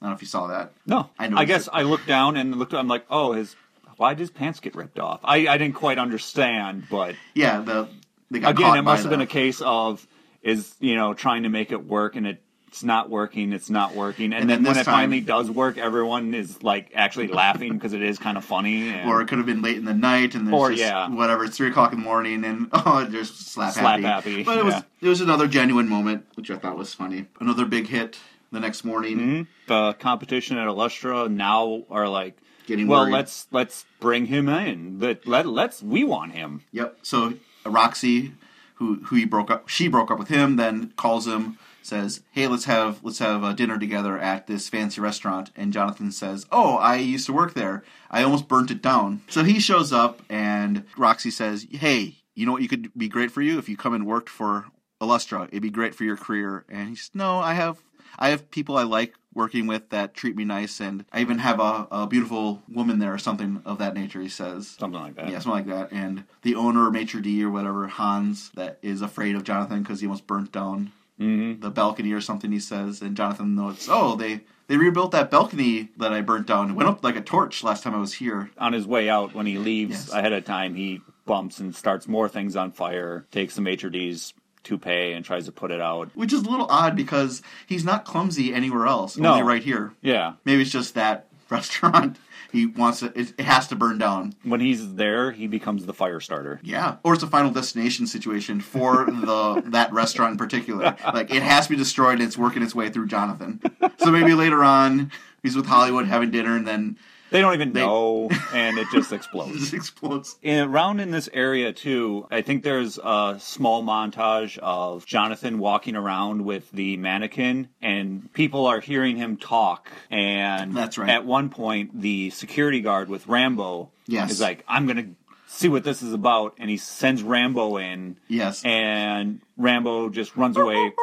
Speaker 2: don't know if you saw that.
Speaker 1: No,
Speaker 2: I
Speaker 1: I,
Speaker 2: noticed
Speaker 1: guess
Speaker 2: it.
Speaker 1: I looked down and looked. I'm like, oh, his. Why did his pants get ripped off? I, I didn't quite understand, but
Speaker 2: Yeah, the they got
Speaker 1: again,
Speaker 2: caught
Speaker 1: it
Speaker 2: by
Speaker 1: must have
Speaker 2: the-
Speaker 1: been a case of is you know trying to make it work and it. It's not working. It's not working. And,
Speaker 2: And
Speaker 1: then,
Speaker 2: then
Speaker 1: when
Speaker 2: this
Speaker 1: it
Speaker 2: time-
Speaker 1: finally does work, everyone is like actually laughing because it is kind of funny. And
Speaker 2: or it could have been late in the night, and there's
Speaker 1: Or,
Speaker 2: just
Speaker 1: yeah.
Speaker 2: whatever. It's three o'clock in the morning, and [LAUGHS] oh, there's slap,
Speaker 1: Slap
Speaker 2: happy.
Speaker 1: happy,
Speaker 2: But it was
Speaker 1: yeah.
Speaker 2: it was another genuine moment, which I thought was funny. Another big hit the next morning.
Speaker 1: Mm-hmm. the competition at Illustra now are like,
Speaker 2: Getting
Speaker 1: well,
Speaker 2: worried.
Speaker 1: let's let's bring him in. Let, let let's we want him.
Speaker 2: Yep. So Roxy, who who he broke up, she broke up with him. Then calls him, says, "Hey, let's have let's have a dinner together at this fancy restaurant." And Jonathan says, "Oh, I used to work there. I almost burnt it down." So he shows up, and Roxy says, "Hey, you know what? You could be great for you if you come and worked for Illustra. It'd be great for your career." And he says, "No, I have." I have people I like working with that treat me nice, and I even have a, a beautiful woman there or something of that nature, he says.
Speaker 1: Something like that.
Speaker 2: Yeah, something like that. And the owner, maitre d' or whatever, Hans, that is afraid of Jonathan because he almost burnt down the balcony or something. He says, and Jonathan notes, "Oh, they they rebuilt that balcony that I burnt down. It went up like a torch last time I was here."
Speaker 1: on his way out when he leaves
Speaker 2: Yes.
Speaker 1: ahead of time he bumps and starts more things on fire takes the maitre d's toupee and tries to put it out
Speaker 2: Which is a little odd because he's not clumsy anywhere else.
Speaker 1: No.
Speaker 2: Only right here.
Speaker 1: yeah
Speaker 2: Maybe it's just that [LAUGHS] restaurant. He wants to, it, it has to burn down.
Speaker 1: When he's there, he becomes the fire starter.
Speaker 2: Yeah, or it's a final destination situation for the that restaurant in particular. Like it has to be destroyed, and it's working its way through Jonathan. So maybe later on, he's with Hollywood having dinner, and then [LAUGHS]
Speaker 1: They don't even know, and it just explodes.
Speaker 2: just explodes.
Speaker 1: And around [LAUGHS] in this area too, I think there's a small montage of Jonathan walking around with the mannequin, and people are hearing him talk. And
Speaker 2: That's right.
Speaker 1: At one point, the security guard with Rambo
Speaker 2: Yes.
Speaker 1: is like, "I'm gonna." See what this is about, and he sends Rambo in.
Speaker 2: Yes.
Speaker 1: and Rambo just runs away.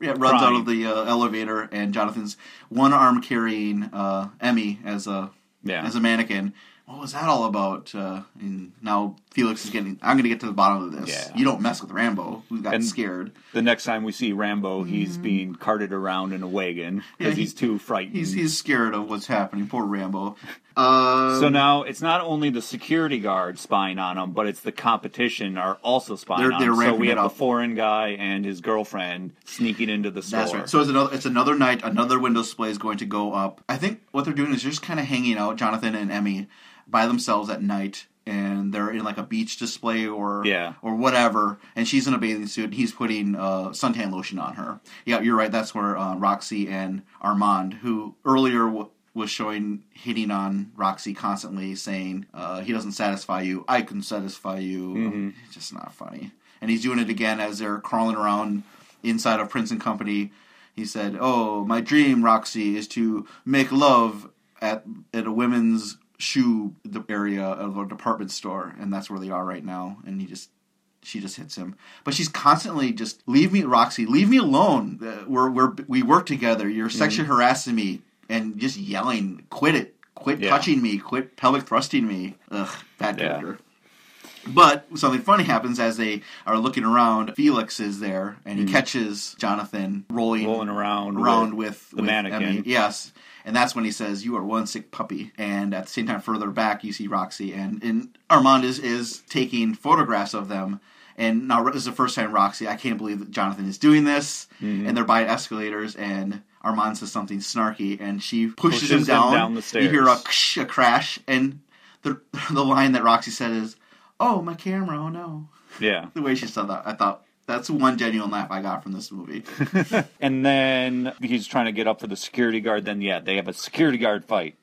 Speaker 2: Yeah, runs out of
Speaker 1: Crying.
Speaker 2: the uh, elevator, and Jonathan's one arm carrying uh, Emmy as a
Speaker 1: Yeah.
Speaker 2: as a mannequin. What was that all about? Uh, and now Felix is getting. I'm going to get to the bottom of this.
Speaker 1: Yeah.
Speaker 2: You don't mess with Rambo, who got
Speaker 1: And-
Speaker 2: scared.
Speaker 1: The next time we see Rambo, he's being carted around in a wagon because
Speaker 2: Mm. Yeah, he-
Speaker 1: he's too frightened.
Speaker 2: He's he's scared of what's happening. Poor Rambo. Uh,
Speaker 1: So now it's not only the security guard spying on him, but it's the competition are also spying
Speaker 2: They're-
Speaker 1: on
Speaker 2: they're
Speaker 1: him. So
Speaker 2: ramping
Speaker 1: we
Speaker 2: it
Speaker 1: have the
Speaker 2: up.
Speaker 1: foreign guy and his girlfriend sneaking into the store.
Speaker 2: That's right. So it's another it's another night. Another window display is going to go up. I think what they're doing is just kind of hanging out, Jonathan and Emmy, by themselves at night, and they're in like a beach display or
Speaker 1: Yeah.
Speaker 2: or whatever. And she's in a bathing suit, and he's putting uh, suntan lotion on her. Yeah, you're right. That's where uh, Roxy and Armand, who earlier. W- was showing hitting on Roxy constantly, saying uh, he doesn't satisfy you. I can satisfy you. It's just not funny. And he's doing it again as they're crawling around inside of Prince and Company. He said, "Oh, my dream, Roxy, is to make love at at a women's shoe the area of a department store, and that's where they are right now." And he just she just hits him, but she's constantly just leave me, Roxy, leave me alone. Uh, We're we're we work together. You're
Speaker 1: Mm-hmm.
Speaker 2: sexually harassing me and just yelling, quit it, quit
Speaker 1: Yeah.
Speaker 2: touching me, quit pelvic thrusting me. Ugh, bad
Speaker 1: Yeah.
Speaker 2: character. But something funny happens as they are looking around. Felix is there, and he catches Jonathan rolling,
Speaker 1: Mm. Rolling around
Speaker 2: around
Speaker 1: with
Speaker 2: with,
Speaker 1: the
Speaker 2: with
Speaker 1: mannequin.
Speaker 2: Emmy. Yes, and that's when he says, "You are one sick puppy." And at the same time, further back, you see Roxy, and, and Armand is, is taking photographs of them. And now this is the first time Roxy. I can't believe that Jonathan is doing this.
Speaker 1: Mm-hmm.
Speaker 2: And they're by escalators, and Armand says something snarky, and she pushes,
Speaker 1: Pushes
Speaker 2: him
Speaker 1: him
Speaker 2: down.
Speaker 1: down the
Speaker 2: You hear a,
Speaker 1: stairs.
Speaker 2: ksh, a crash, and the [LAUGHS] the line that Roxy said is, "Oh, my camera! Oh no!"
Speaker 1: Yeah.
Speaker 2: The way she said that, I thought that's one genuine laugh I got from this movie.
Speaker 1: And then he's trying to get up for the security guard. Then, yeah, they have a security guard fight.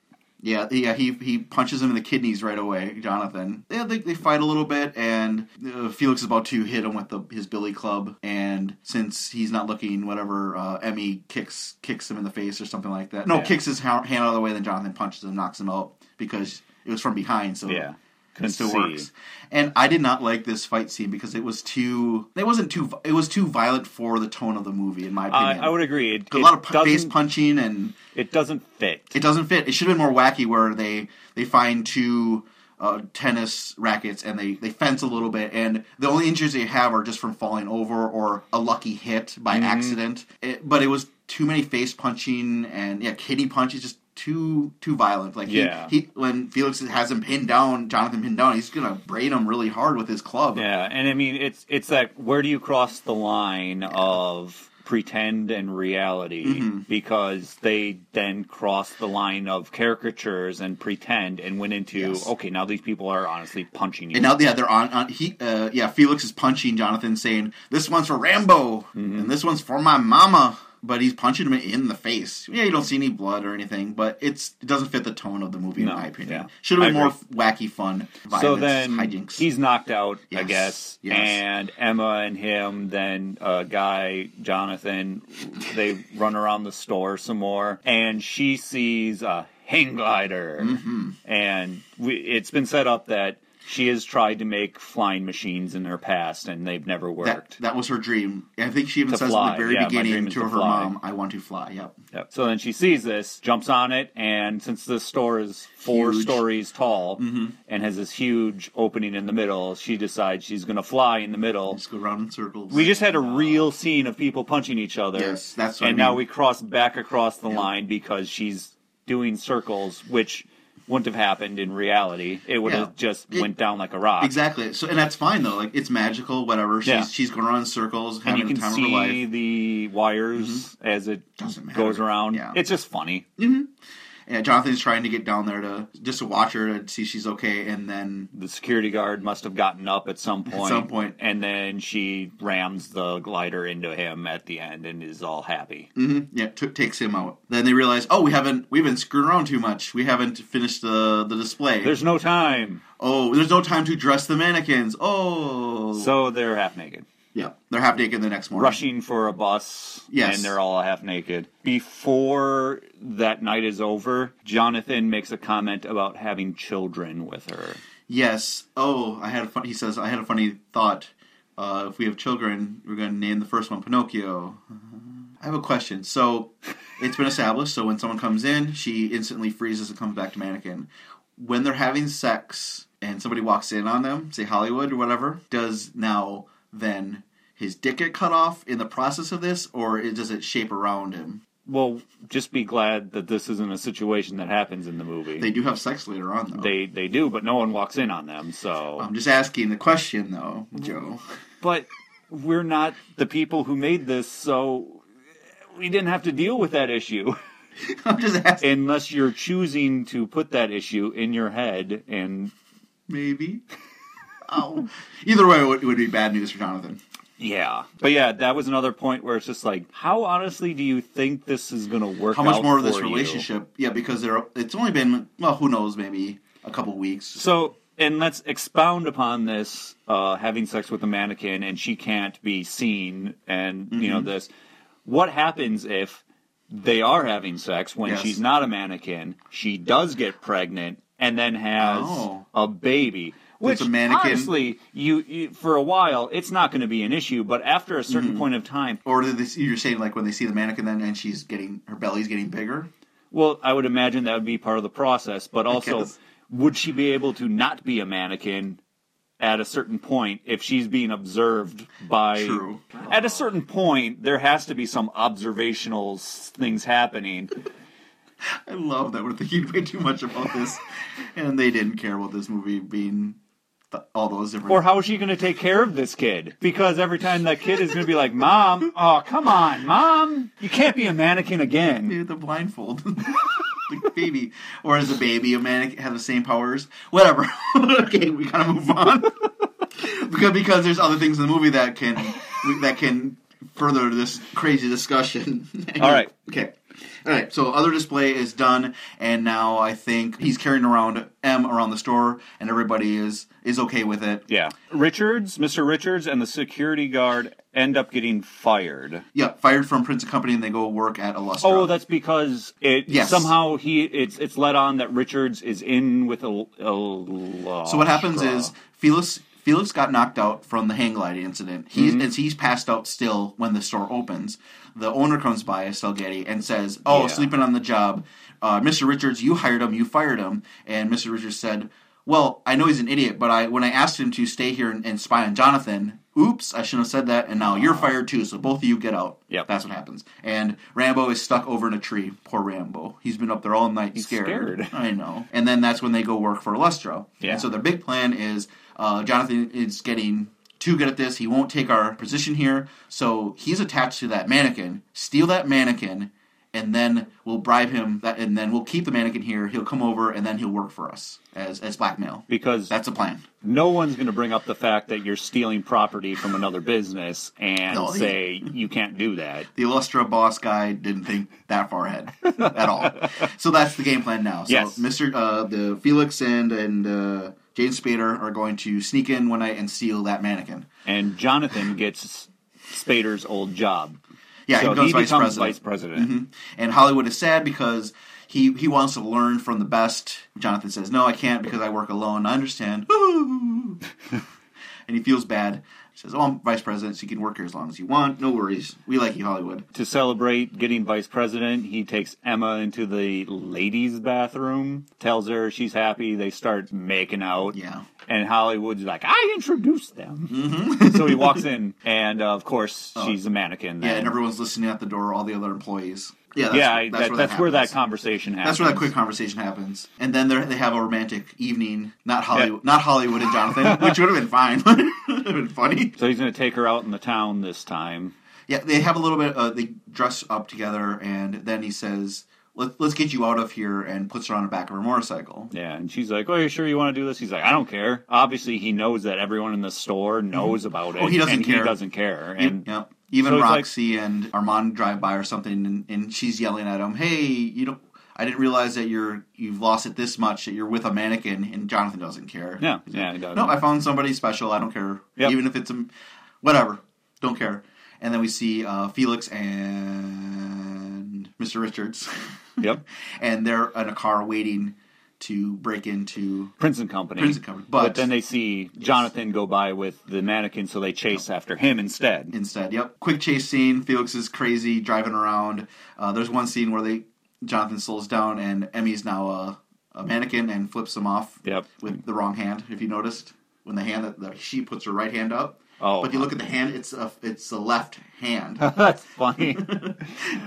Speaker 2: Yeah, yeah, he he punches him in the kidneys right away, Jonathan. Yeah, they, they fight a little bit, and uh, Felix is about to hit him with the, his billy club, and since he's not looking, whatever uh, Emmy kicks kicks him in the face or something like that. No,
Speaker 1: Yeah.
Speaker 2: kicks his ha- hand out of the way, then Jonathan punches him, knocks him out because it was from behind, so
Speaker 1: Yeah.
Speaker 2: Hmm. it still
Speaker 1: see.
Speaker 2: works. And I did not like this fight scene because it was too it wasn't too vi- it was too violent for the tone of the movie, in my
Speaker 1: Uh, I,
Speaker 2: opinion.
Speaker 1: I would agree. It,
Speaker 2: a
Speaker 1: it
Speaker 2: lot of pu- face
Speaker 1: doesn't,
Speaker 2: punching and
Speaker 1: it doesn't fit.
Speaker 2: it doesn't fit. It should have been more wacky, where they they find two uh, tennis rackets and they they fence a little bit, and the only injuries they have are just from falling over or a lucky hit by
Speaker 1: Mm-hmm.
Speaker 2: accident. It, but it was too many face punching and yeah, kidney punches, just too too violent. Like he-
Speaker 1: Yeah.
Speaker 2: he, when Felix has him pinned down, Jonathan pinned down, he's gonna brain him really hard with his club.
Speaker 1: Yeah, and I mean it's it's that where do you cross the line of pretend and reality
Speaker 2: Mm-hmm.
Speaker 1: because they then crossed the line of caricatures and pretend and went into
Speaker 2: Yes.
Speaker 1: okay now these people are honestly punching you.
Speaker 2: And now, yeah, they're on. on he, uh, yeah, Felix is punching Jonathan, saying, "This one's for Rambo,
Speaker 1: Mm-hmm.
Speaker 2: and this one's for my mama." But he's punching him in the face. Yeah, you don't see any blood or anything, but it's it doesn't fit the tone of the movie,
Speaker 1: No,
Speaker 2: in my opinion.
Speaker 1: yeah.
Speaker 2: Should have been
Speaker 1: I
Speaker 2: more wacky, fun, violence,
Speaker 1: so then
Speaker 2: hijinks.
Speaker 1: he's knocked out, I
Speaker 2: Yes,
Speaker 1: guess.
Speaker 2: yes.
Speaker 1: And Emma and him, then uh, guy Jonathan, they run around the store some more, and she sees a hang glider,
Speaker 2: Mm-hmm.
Speaker 1: and we, it's been set up that she has tried to make flying machines in her past, and they've never
Speaker 2: that,
Speaker 1: worked.
Speaker 2: that was her dream. I think she even
Speaker 1: To
Speaker 2: says in
Speaker 1: fly,
Speaker 2: the very
Speaker 1: yeah, my dream
Speaker 2: beginning
Speaker 1: is
Speaker 2: to,
Speaker 1: to
Speaker 2: her
Speaker 1: fly.
Speaker 2: mom, "I want to fly." Yep.
Speaker 1: Yep. So then she sees this, jumps on it, and since this store is four
Speaker 2: Huge. Mm-hmm.
Speaker 1: stories tall and has this huge opening in the middle, she decides she's going to fly in the middle.
Speaker 2: Just go around in circles.
Speaker 1: We just had a real scene of people punching each other.
Speaker 2: Yes, that's what I
Speaker 1: And now
Speaker 2: mean.
Speaker 1: we cross back across the line because she's doing circles, which wouldn't have happened in reality. It would
Speaker 2: Yeah.
Speaker 1: have just
Speaker 2: It-
Speaker 1: went down like a rock.
Speaker 2: exactly. So and that's fine though. Like it's magical, whatever. She's
Speaker 1: Yeah.
Speaker 2: she's going around in circles,
Speaker 1: And
Speaker 2: having
Speaker 1: you can
Speaker 2: the time of her life. Mm-hmm.
Speaker 1: see the wires as it
Speaker 2: Doesn't matter.
Speaker 1: goes around.
Speaker 2: Yeah.
Speaker 1: It's just funny.
Speaker 2: Yeah, Jonathan's trying to get down there to just to watch her to see she's okay, and then
Speaker 1: The security guard must have gotten up at some point.
Speaker 2: some point.
Speaker 1: And then she rams the glider into him at the end and is all happy.
Speaker 2: hmm yeah, t- takes him out. Then they realize, oh, we haven't we've been screwing around too much. We haven't finished the the display.
Speaker 1: There's no time.
Speaker 2: oh, there's no time to dress the mannequins. Oh,
Speaker 1: So they're half naked.
Speaker 2: yeah, they're half naked the next morning.
Speaker 1: Rushing for a bus.
Speaker 2: Yes.
Speaker 1: And they're all half naked. Before that night is over, Jonathan makes a comment about having children with her.
Speaker 2: Yes. Oh, I had a fun. He says I had a funny thought. Uh, if we have children, we're going to name the first one Pinocchio. I have a question. So, it's been established. So when someone comes in, she instantly freezes and comes back to mannequin. When they're having sex and somebody walks in on them, say Hollywood or whatever, does now then his dick get cut off in the process of this, or it, does it shape around him?
Speaker 1: Well, just be glad that this isn't a situation that happens in the movie.
Speaker 2: They do have sex later on, though.
Speaker 1: they, they do, but no one walks in on them, so.
Speaker 2: I'm just asking the question, though, Joe. [LAUGHS]
Speaker 1: but we're not the people who made this, so we didn't have to deal with that issue. [LAUGHS]
Speaker 2: I'm just asking.
Speaker 1: Unless you're choosing to put that issue in your head, and
Speaker 2: Maybe. [LAUGHS] oh. Either way, it would, it would be bad news for Jonathan.
Speaker 1: yeah, but yeah, that was another point where it's just like, how honestly do you think this is going to work?
Speaker 2: How much
Speaker 1: out
Speaker 2: more of this
Speaker 1: for you?
Speaker 2: relationship? Yeah, because there. It's only been well, who knows, maybe a couple weeks.
Speaker 1: So, and let's expound upon this uh, having sex with a mannequin and she can't be seen, and you
Speaker 2: Mm-hmm.
Speaker 1: know, this. What happens if they are having sex when
Speaker 2: Yes.
Speaker 1: she's not a mannequin? She does get pregnant and then has
Speaker 2: Oh.
Speaker 1: a baby. Which
Speaker 2: It's a mannequin.
Speaker 1: honestly, you, you for a while it's not going to be an issue, but after a certain
Speaker 2: Mm-hmm.
Speaker 1: point of time,
Speaker 2: Or did this, you're saying like when they see the mannequin then and she's getting her belly's getting bigger?
Speaker 1: well, I would imagine that would be part of the process. But also,
Speaker 2: guess.
Speaker 1: would she be able to not be a mannequin at a certain point if she's being observed by?
Speaker 2: True.
Speaker 1: At a certain point, there has to be some observational s- things happening.
Speaker 2: I love that we're thinking way too much about this, and they didn't care about this movie being th- all those different.
Speaker 1: Or how is she going to take care of this kid? Because every time that kid is going to be like, "Mom, oh come on, mom, you can't be a mannequin again."
Speaker 2: the blindfold. [LAUGHS] The baby, or is a baby a mannequin have the same powers? Whatever. [LAUGHS] okay, we gotta move on [LAUGHS] because because there's other things in the movie that can that can further this crazy discussion. [LAUGHS]
Speaker 1: All right.
Speaker 2: Okay. All right. So other display is done, and now I think he's carrying around M around the store, and everybody is is okay with it.
Speaker 1: Yeah, Richards, Mr. Richards, and the security guard end up getting fired.
Speaker 2: Yeah, fired from Prince and Company, and they go work at Illustra.
Speaker 1: Oh, that's because it
Speaker 2: Yes.
Speaker 1: somehow he it's it's let on that Richards is in with a, a
Speaker 2: So what happens is Felix Felix got knocked out from the hang gliding incident. He's
Speaker 1: Mm-hmm.
Speaker 2: and he's passed out still when the store opens. The owner comes by, Salgetti, and says, "Oh,
Speaker 1: Yeah.
Speaker 2: sleeping on the job, uh, Mr. Richards. You hired him. You fired him." And Mr. Richards said, "Well, I know he's an idiot, but I when I asked him to stay here and, and spy on Jonathan." Oops, I shouldn't have said that, and now you're fired too, so both of you get out.
Speaker 1: Yep.
Speaker 2: That's what happens. And Rambo is stuck over in a tree. Poor Rambo. He's been up there all night
Speaker 1: scared.
Speaker 2: I know. And then that's when they go work for Lustro.
Speaker 1: Yeah.
Speaker 2: And so their big plan is uh, Jonathan is getting too good at this. He won't take our position here. So he's attached to that mannequin. Steal that mannequin, and then we'll bribe him. That, and then we'll keep the mannequin here. He'll come over, and then he'll work for us as as blackmail.
Speaker 1: because
Speaker 2: That's the plan.
Speaker 1: no one's going to bring up the fact that you're stealing property from another business and
Speaker 2: No, they-
Speaker 1: say you can't do that.
Speaker 2: The Illustra boss guy didn't think that far ahead at all. So that's the game plan now. So
Speaker 1: Yes.
Speaker 2: Mr. Uh, the Felix and and uh, Jane Spader are going to sneak in one night and steal that mannequin.
Speaker 1: And Jonathan gets Spader's old job,
Speaker 2: Yeah,
Speaker 1: so
Speaker 2: he
Speaker 1: he
Speaker 2: becomes,
Speaker 1: becomes
Speaker 2: vice, president. Mm-hmm.
Speaker 1: vice president.
Speaker 2: And Hollywood is sad because he he wants to learn from the best. Jonathan says, "No, I can't because I work alone. I understand." [LAUGHS] and he feels bad. He says, "Oh, I'm vice president, so you can work here as long as you want. No worries. We like you, Hollywood."
Speaker 1: To celebrate getting vice president, he takes Emma into the ladies' bathroom, tells her she's happy. They start making out.
Speaker 2: Yeah.
Speaker 1: And Hollywood's like, I introduced them. so he walks in, and uh, of course, she's a mannequin.
Speaker 2: Mm-hmm. Oh. Yeah,
Speaker 1: Then.
Speaker 2: and everyone's listening at the door. All the other employees. Yeah, that's,
Speaker 1: yeah, I- that- that's, where, that
Speaker 2: happens.
Speaker 1: conversation happens.
Speaker 2: That's where that quick conversation happens, and then they're- they have a romantic evening. Not Hollywood, not Hollywood and Jonathan, which would have been fine. [LAUGHS] would have been funny.
Speaker 1: So he's going to take her out in the town this time.
Speaker 2: Yeah, they have a little bit. Uh, they dress up together, and then he says, let, let's get you out of here and puts her on the back of her motorcycle.
Speaker 1: Yeah, and she's like, "Oh, you sure you want to do this?" He's like, "I don't care." Obviously, he knows that everyone in the store knows about it.
Speaker 2: Mm-hmm. Oh, he doesn't
Speaker 1: and He
Speaker 2: care.
Speaker 1: doesn't care. And
Speaker 2: Yep. Even
Speaker 1: So it's like-
Speaker 2: Roxy and Armand drive by or something, and, and she's yelling at him, "Hey, you don't." I didn't realize that you're you've lost it this much. That you're with a mannequin, and Jonathan doesn't care.
Speaker 1: yeah, yeah, he does.
Speaker 2: No, I found somebody special. I don't care.
Speaker 1: Yep.
Speaker 2: Even if it's a, whatever, don't care. And then we see uh, Felix and Mr. Richards, [LAUGHS]
Speaker 1: Yep.
Speaker 2: and they're in a car waiting to break into
Speaker 1: Prince and Company.
Speaker 2: Prince and Company.
Speaker 1: But,
Speaker 2: But,
Speaker 1: then they see Jonathan go by with the mannequin, so they chase after him instead.
Speaker 2: instead, yep, quick chase scene. Felix is crazy driving around. Uh, there's one scene where they Jonathan slows down, and Emmy's now a, a mannequin and flips him off.
Speaker 1: Yep.
Speaker 2: with the wrong hand. If you noticed, when the hand that that she puts her right hand up,
Speaker 1: Oh.
Speaker 2: but you look at the hand, it's a it's the left
Speaker 1: [LAUGHS]
Speaker 2: hand.
Speaker 1: That's funny.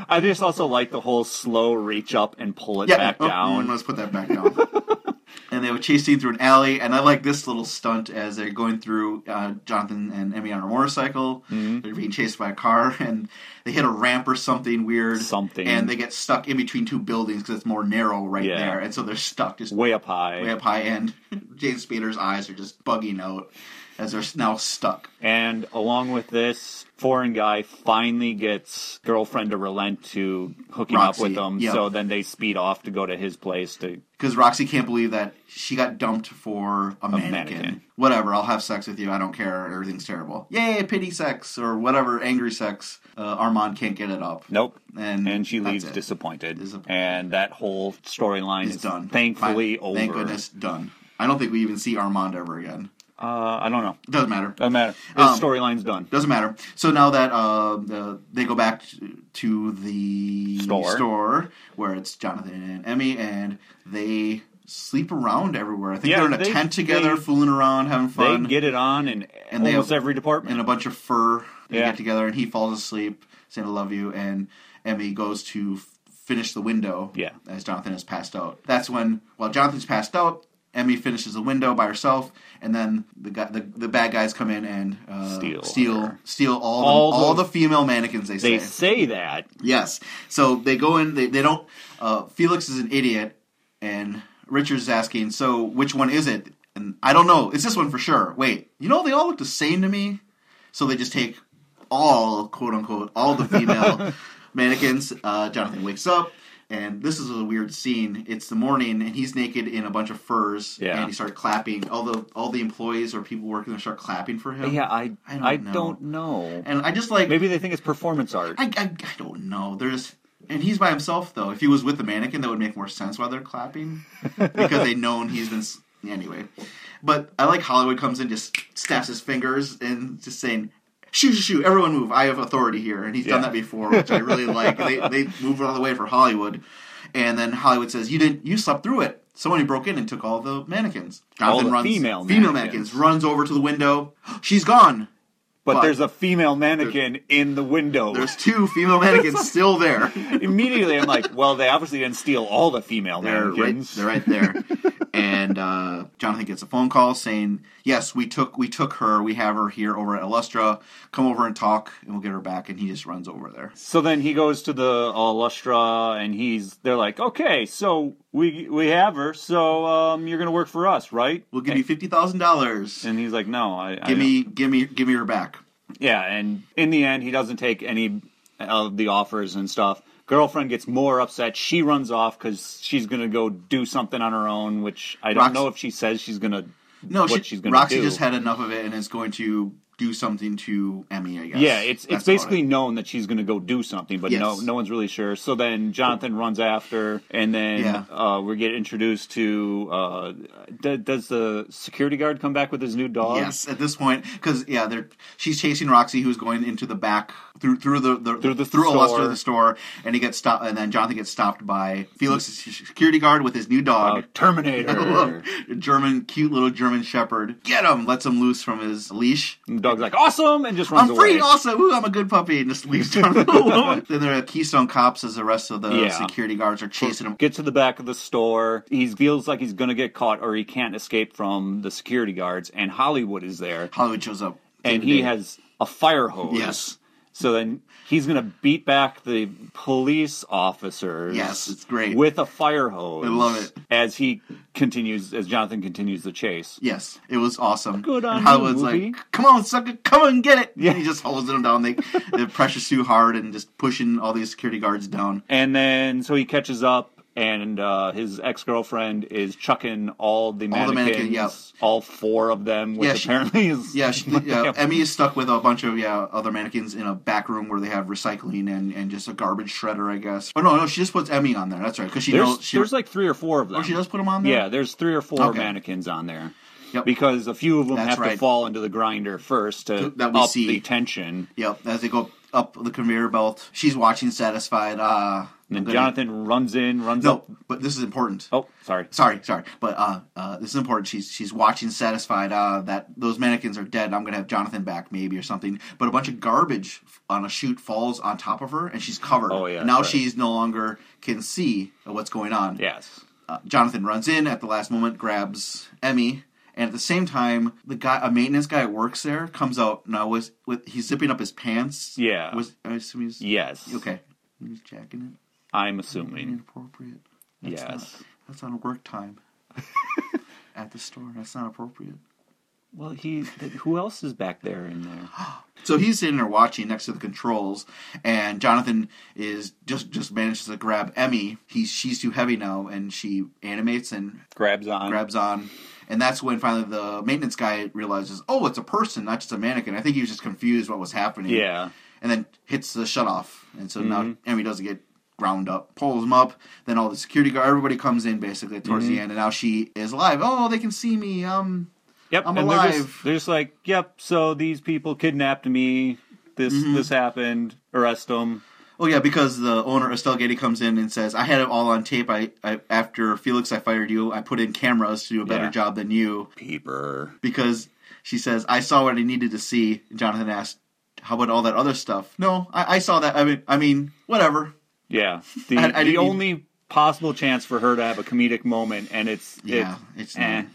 Speaker 1: I just also like the whole slow reach up and pull it back
Speaker 2: oh, mm,
Speaker 1: down.
Speaker 2: let's put that back down.
Speaker 1: [LAUGHS]
Speaker 2: and they were chasing through an alley, and I like this little stunt as they're going through uh, Jonathan and Emmy on a motorcycle.
Speaker 1: Mm-hmm.
Speaker 2: They're being chased by a car, [LAUGHS] and they hit a ramp or something weird.
Speaker 1: Something.
Speaker 2: and they get stuck in between two buildings because it's more narrow right
Speaker 1: Yeah.
Speaker 2: there, and so they're stuck just
Speaker 1: Way up high.
Speaker 2: way up high. And [LAUGHS] James Spader's eyes are just bugging out as they're now stuck.
Speaker 1: And along with this, foreign guy finally gets girlfriend to relent to hooking
Speaker 2: Roxy,
Speaker 1: up with them.
Speaker 2: yeah.
Speaker 1: So then they speed off to go to his place to
Speaker 2: because Roxy can't believe that she got dumped for a, mannequin.
Speaker 1: mannequin.
Speaker 2: Whatever, I'll have sex with you. I don't care. Everything's terrible. Yay, pity sex or whatever, angry sex. Uh, Armand can't get it up.
Speaker 1: Nope.
Speaker 2: And
Speaker 1: and she
Speaker 2: that's
Speaker 1: leaves
Speaker 2: it.
Speaker 1: disappointed.
Speaker 2: Disappointed.
Speaker 1: And that whole storyline
Speaker 2: It's
Speaker 1: is
Speaker 2: done.
Speaker 1: thankfully
Speaker 2: Fine.
Speaker 1: over.
Speaker 2: Thank goodness, done. I don't think we even see Armand ever again.
Speaker 1: Uh, I don't know.
Speaker 2: Doesn't matter.
Speaker 1: Doesn't matter. The
Speaker 2: Um,
Speaker 1: storyline's done.
Speaker 2: Doesn't matter. So now that uh, the, they go back to- to the
Speaker 1: Store.
Speaker 2: store where it's Jonathan and Emmy, and they sleep around everywhere. I think
Speaker 1: Yeah,
Speaker 2: they're in a
Speaker 1: they-
Speaker 2: tent together,
Speaker 1: they-
Speaker 2: fooling around, having
Speaker 1: They
Speaker 2: fun.
Speaker 1: get it on in
Speaker 2: And they
Speaker 1: almost
Speaker 2: have-
Speaker 1: every
Speaker 2: and
Speaker 1: department.
Speaker 2: a bunch of fur. They
Speaker 1: Yeah.
Speaker 2: get together, and he falls asleep, saying "I love you," and Emmy goes to f- finish the window.
Speaker 1: Yeah.
Speaker 2: as Jonathan has passed out. That's when, while Jonathan's passed out, Emmy finishes the window by herself, and then the guy, the, the bad guys come in and uh,
Speaker 1: Steal
Speaker 2: steal,
Speaker 1: her.
Speaker 2: steal all
Speaker 1: All
Speaker 2: the, all
Speaker 1: the-
Speaker 2: the female mannequins. They say
Speaker 1: they say that.
Speaker 2: yes. So they go in. They, they don't. Uh, Felix is an idiot, and Richard's asking, "So which one is it?" And I don't know. It's this one for sure. Wait, you know they all look the same to me. So they just take all quote unquote all the
Speaker 1: [LAUGHS]
Speaker 2: female mannequins. Uh, Jonathan wakes up. And this is a weird scene. It's the morning, and he's naked in a bunch of furs,
Speaker 1: Yeah.
Speaker 2: and he starts clapping. All the all the employees or people working there start clapping for him.
Speaker 1: Yeah, I
Speaker 2: I don't
Speaker 1: I
Speaker 2: know.
Speaker 1: don't know.
Speaker 2: and I just like
Speaker 1: Maybe they think it's performance art.
Speaker 2: I, I, I don't know. There's and he's by himself though. If he was with the mannequin, that would make more sense why
Speaker 1: [LAUGHS]
Speaker 2: they're clapping because they known he's been s- anyway. But I like Hollywood comes in, just snaps his fingers and just saying. Shoo, shoo, shoo, everyone move. I have authority here. And he's done
Speaker 1: Yeah.
Speaker 2: that before, which I really like. They, they moved all the way for Hollywood. And then Hollywood says, You didn't, you slept through it. Somebody broke in and took all the mannequins.
Speaker 1: All
Speaker 2: Jonathan
Speaker 1: the
Speaker 2: runs,
Speaker 1: female
Speaker 2: female
Speaker 1: mannequins.
Speaker 2: mannequins, runs over to the window. She's gone.
Speaker 1: but,
Speaker 2: but-
Speaker 1: there's a female mannequin in the window.
Speaker 2: There's two female mannequins still there.
Speaker 1: [LAUGHS] Immediately, I'm like, well, they obviously didn't steal all the female
Speaker 2: They're right,
Speaker 1: mannequins.
Speaker 2: they're right
Speaker 1: [LAUGHS]
Speaker 2: there. and uh, Jonathan gets a phone call saying, "Yes, we took we took her. We have her here over at Illustra. Come over and talk, and we'll get her back." And he just runs over there.
Speaker 1: So then he goes to the Illustra, and he's they're like, okay, so we we have her, so um, you're gonna work for us, right?
Speaker 2: We'll give you fifty thousand dollars.
Speaker 1: And he's like, no, I, I
Speaker 2: Give
Speaker 1: don't-
Speaker 2: me, give me, give me her back.
Speaker 1: yeah. And in the end, he doesn't take any of the offers and stuff. Girlfriend gets more upset. She runs off because she's gonna go do something on her own, which I don't
Speaker 2: Rox-
Speaker 1: know if she says she's gonna.
Speaker 2: No,
Speaker 1: What
Speaker 2: she,
Speaker 1: she's gonna
Speaker 2: Roxy
Speaker 1: do.
Speaker 2: just had enough of it and is going to do something to Emmy. I guess.
Speaker 1: Yeah, it's
Speaker 2: That's
Speaker 1: it's
Speaker 2: about
Speaker 1: basically
Speaker 2: it.
Speaker 1: known that she's going to go do something, but no
Speaker 2: Yes.
Speaker 1: no one's really sure. So then Jonathan runs after, and then
Speaker 2: Yeah.
Speaker 1: uh, we get introduced to. Uh, d- does the security guard come back with his new dog?
Speaker 2: Yes, at this point, because yeah, they're she's chasing Roxy, who's going into the back through through the, the
Speaker 1: Through the
Speaker 2: through Illustra
Speaker 1: store.
Speaker 2: the store, and he gets stopped, and then Jonathan gets stopped by Felix, security guard, with his new
Speaker 1: Uh,
Speaker 2: dog. [LAUGHS]
Speaker 1: Terminator.
Speaker 2: German, cute little German Shepherd. Get him! Lets him loose from his leash.
Speaker 1: And the dog's like awesome, and just runs
Speaker 2: I'm free,
Speaker 1: away.
Speaker 2: awesome! Ooh, I'm a good puppy, and just leaves Jonathan [LAUGHS] alone. then there are Keystone cops as the rest of the
Speaker 1: Yeah.
Speaker 2: security guards are chasing him.
Speaker 1: Get to the back of the store. He feels like he's going to get caught, or he can't escape from the security guards. And Hollywood is there,
Speaker 2: Hollywood shows up,
Speaker 1: and he has a fire hose.
Speaker 2: Yes.
Speaker 1: So then he's gonna beat back the police officers.
Speaker 2: Yes, it's great.
Speaker 1: with a fire hose.
Speaker 2: I love it.
Speaker 1: As he continues, as Jonathan continues the chase.
Speaker 2: Yes, it was awesome.
Speaker 1: Good on
Speaker 2: and
Speaker 1: you,
Speaker 2: Hollywood's
Speaker 1: movie.
Speaker 2: like, come on, sucker, come on, get it.
Speaker 1: Yeah.
Speaker 2: And he just holds them down. They, the pressure's too hard and just pushing all these security guards down.
Speaker 1: And then so he catches up, and uh, his ex girlfriend is chucking all the
Speaker 2: All
Speaker 1: mannequins,
Speaker 2: the mannequin,
Speaker 1: all four of them, which
Speaker 2: Yeah, she-
Speaker 1: apparently is
Speaker 2: Yeah, she, yeah Emmy is stuck with a bunch of yeah other mannequins in a back room where they have recycling and, and just a garbage shredder, I guess. Oh no, no, she just puts Emmy on there. That's right, because she
Speaker 1: There's,
Speaker 2: knows she.
Speaker 1: there's like three or four of them.
Speaker 2: oh, she does put them on there.
Speaker 1: yeah, there's three or four
Speaker 2: Okay.
Speaker 1: mannequins on there.
Speaker 2: Yep.
Speaker 1: Because a few of them
Speaker 2: That's
Speaker 1: have to
Speaker 2: right.
Speaker 1: fall into the grinder first to
Speaker 2: That we
Speaker 1: up
Speaker 2: see.
Speaker 1: the tension.
Speaker 2: Yep. As they go up the conveyor belt, she's watching, satisfied.
Speaker 1: And
Speaker 2: Uh, I'm
Speaker 1: then
Speaker 2: gonna-
Speaker 1: Jonathan runs in, runs
Speaker 2: No,
Speaker 1: up.
Speaker 2: but this is important.
Speaker 1: Oh, sorry.
Speaker 2: sorry, sorry, but uh, uh, this is important. She's she's watching, satisfied uh, that those mannequins are dead. I'm gonna have Jonathan back, maybe or something. But a bunch of garbage on a chute falls on top of her, and she's covered.
Speaker 1: Oh, yeah,
Speaker 2: And now
Speaker 1: right.
Speaker 2: she's no longer can see what's going on.
Speaker 1: Yes.
Speaker 2: Uh, Jonathan runs in at the last moment, grabs Emmy. And at the same time, the guy, a maintenance guy that works there, comes out now with, with he's zipping up his pants.
Speaker 1: Yeah.
Speaker 2: was I assume he's
Speaker 1: Yes.
Speaker 2: okay. He's jacking
Speaker 1: I'm
Speaker 2: it.
Speaker 1: assuming.
Speaker 2: Inappropriate.
Speaker 1: yes.
Speaker 2: Not, that's not work time. [LAUGHS] At the store, that's not appropriate.
Speaker 1: Well, he. th- Who else is back there in there?
Speaker 2: So he's sitting there watching next to the controls, and Jonathan is just just manages to grab Emmy. He's she's too heavy now, and she animates and
Speaker 1: Grabs on.
Speaker 2: grabs on. And that's when finally the maintenance guy realizes, oh, it's a person, not just a mannequin. I think he was just confused what was happening.
Speaker 1: Yeah.
Speaker 2: And then hits the shutoff. And so now Emmy doesn't get ground up, pulls him up. Then all the security guard, everybody comes in basically towards the end. And now she is alive. Oh, they can see me. Um,
Speaker 1: Yep.
Speaker 2: I'm
Speaker 1: and They're
Speaker 2: alive.
Speaker 1: just, they're just like, yep. So these people kidnapped me. This
Speaker 2: Mm-hmm.
Speaker 1: this happened. Arrest them.
Speaker 2: Oh yeah, because the owner Estelle Getty comes in and says, "I had it all on tape. I, I after Felix, I fired you. I put in cameras to do a better
Speaker 1: Yeah.
Speaker 2: job than you."
Speaker 1: Peeper.
Speaker 2: Because she says, "I saw what I needed to see." And Jonathan asked, "How about all that other stuff?" No, I, I saw that. I mean, I mean, whatever.
Speaker 1: Yeah. The,
Speaker 2: I- I
Speaker 1: the
Speaker 2: didn't-
Speaker 1: only possible chance for her to have a comedic moment, and it's
Speaker 2: Yeah,
Speaker 1: it-
Speaker 2: it's
Speaker 1: eh.
Speaker 2: not,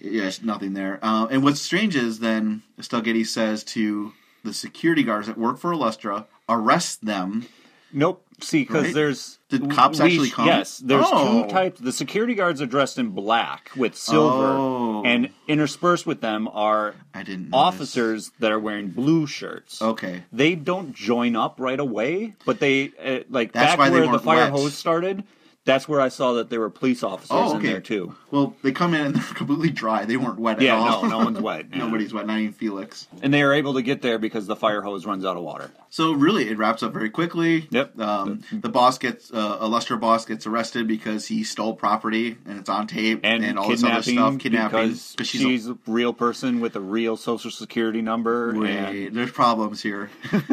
Speaker 2: yeah, it's nothing there. Uh, and what's strange is then Estelle Getty says to the security guards that work for Illustra, "Arrest them."
Speaker 1: Nope. See, because
Speaker 2: Right?
Speaker 1: there's
Speaker 2: Did cops actually come?
Speaker 1: Yes, there's
Speaker 2: Oh.
Speaker 1: two types. The security guards are dressed in black with silver,
Speaker 2: Oh.
Speaker 1: and interspersed with them are
Speaker 2: I didn't notice.
Speaker 1: officers that are wearing blue shirts.
Speaker 2: Okay.
Speaker 1: They don't join up right away, but they uh, like
Speaker 2: That's
Speaker 1: back
Speaker 2: why they
Speaker 1: where the
Speaker 2: weren't
Speaker 1: fire
Speaker 2: wet.
Speaker 1: hose started. That's where I saw that there were police officers
Speaker 2: Oh,
Speaker 1: in
Speaker 2: okay.
Speaker 1: there too.
Speaker 2: Well, they come in and [LAUGHS] they're completely dry. They weren't wet
Speaker 1: Yeah,
Speaker 2: at all.
Speaker 1: no, no
Speaker 2: [LAUGHS]
Speaker 1: one's wet. yeah.
Speaker 2: Nobody's wet, not even Felix.
Speaker 1: And they are able to get there because the fire hose runs out of water.
Speaker 2: So really, it wraps up very quickly.
Speaker 1: Yep.
Speaker 2: Um, the boss gets uh, a luster boss gets arrested because he stole property and it's on tape
Speaker 1: and,
Speaker 2: all this
Speaker 1: kidnapping,
Speaker 2: other stuff. Kidnapping
Speaker 1: because she's,
Speaker 2: [LAUGHS] a-
Speaker 1: a, real person with a real social security number.
Speaker 2: Wait,
Speaker 1: and-
Speaker 2: there's problems here. [LAUGHS]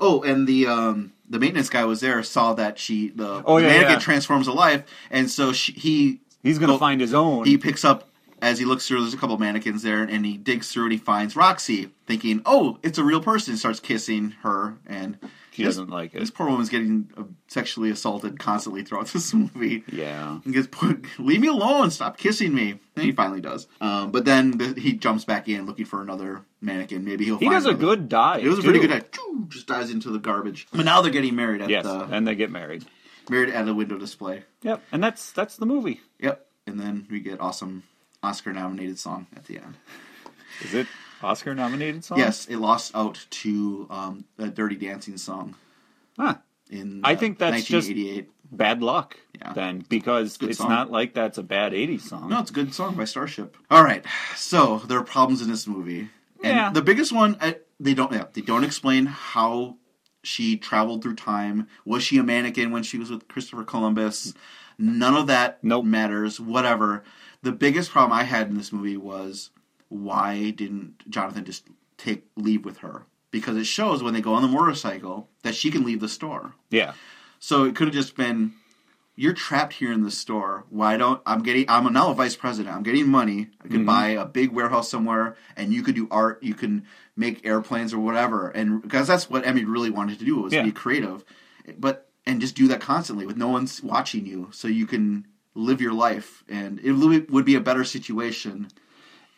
Speaker 2: oh, and the um, the maintenance guy was there, saw that she the
Speaker 1: Oh, yeah,
Speaker 2: mannequin
Speaker 1: yeah.
Speaker 2: transforms alive, and so she, he
Speaker 1: he's gonna
Speaker 2: go-
Speaker 1: find his own.
Speaker 2: he picks up as he looks through there's a couple mannequins there and he digs through and he finds roxy thinking oh it's a real person starts kissing her and
Speaker 1: She
Speaker 2: this-
Speaker 1: doesn't like
Speaker 2: this
Speaker 1: it.
Speaker 2: poor woman's getting uh, sexually assaulted constantly throughout this [LAUGHS] movie
Speaker 1: Yeah,
Speaker 2: and gets put, leave me alone stop kissing me and he finally does um, but then the, he jumps back in looking for another mannequin maybe he'll
Speaker 1: he
Speaker 2: find
Speaker 1: does a
Speaker 2: another-
Speaker 1: good dive.
Speaker 2: it was a
Speaker 1: too.
Speaker 2: pretty good dive. Choo, just dives into the garbage but now they're getting married at
Speaker 1: Yes,
Speaker 2: the
Speaker 1: and they get married.
Speaker 2: married at a window display
Speaker 1: Yep, and that's that's the movie.
Speaker 2: yep and then we get awesome oscar nominated song at the end
Speaker 1: Is it Oscar nominated song?
Speaker 2: Yes, it lost out to um, a Dirty Dancing song
Speaker 1: Huh.
Speaker 2: in uh,
Speaker 1: I think that's just-
Speaker 2: 1988.
Speaker 1: Bad luck
Speaker 2: Yeah.
Speaker 1: then, because
Speaker 2: good
Speaker 1: it's
Speaker 2: song.
Speaker 1: not like that's a bad '80s song.
Speaker 2: No, it's a good song by Starship. All right, so there are problems in this movie, and
Speaker 1: Yeah.
Speaker 2: the biggest one I, they don't yeah, they don't explain how she traveled through time. Was she a mannequin when she was with Christopher Columbus? None of that
Speaker 1: Nope.
Speaker 2: matters. Whatever. The biggest problem I had in this movie was why didn't Jonathan just take leave with her? Because it shows when they go on the motorcycle that she can leave the store.
Speaker 1: Yeah,
Speaker 2: So it could have just been, you're trapped here in the store. Why don't I'm getting? I'm now a vice president. I'm getting money. I
Speaker 1: Mm-hmm.
Speaker 2: could buy a big warehouse somewhere, and you could do art. You can make airplanes or whatever. And because that's what Emmy really wanted to do was
Speaker 1: Yeah.
Speaker 2: be creative, but and just do that constantly with no one's watching you, so you can live your life, and it really would be a better situation.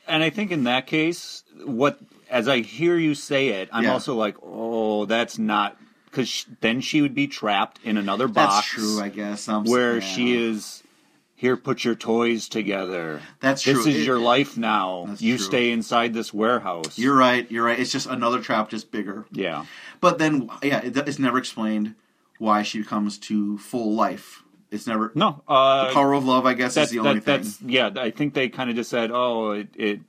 Speaker 1: and I think in that case, what as I hear you say it, I'm
Speaker 2: Yeah.
Speaker 1: also like, oh, that's not because sh- then she would be trapped in another box.
Speaker 2: That's true, I guess. I'm,
Speaker 1: where
Speaker 2: yeah.
Speaker 1: she is here put your toys together
Speaker 2: That's
Speaker 1: this
Speaker 2: true.
Speaker 1: is
Speaker 2: It-
Speaker 1: your life now
Speaker 2: That's
Speaker 1: you
Speaker 2: true.
Speaker 1: stay inside this warehouse
Speaker 2: You're right. You're right. It's just another trap, just bigger.
Speaker 1: yeah
Speaker 2: But then, yeah, it, it's never explained why she comes to full life. It's never
Speaker 1: no uh
Speaker 2: the power of love. I guess
Speaker 1: that-
Speaker 2: is the
Speaker 1: that-
Speaker 2: only thing.
Speaker 1: that's yeah i think they kind of just said oh it, it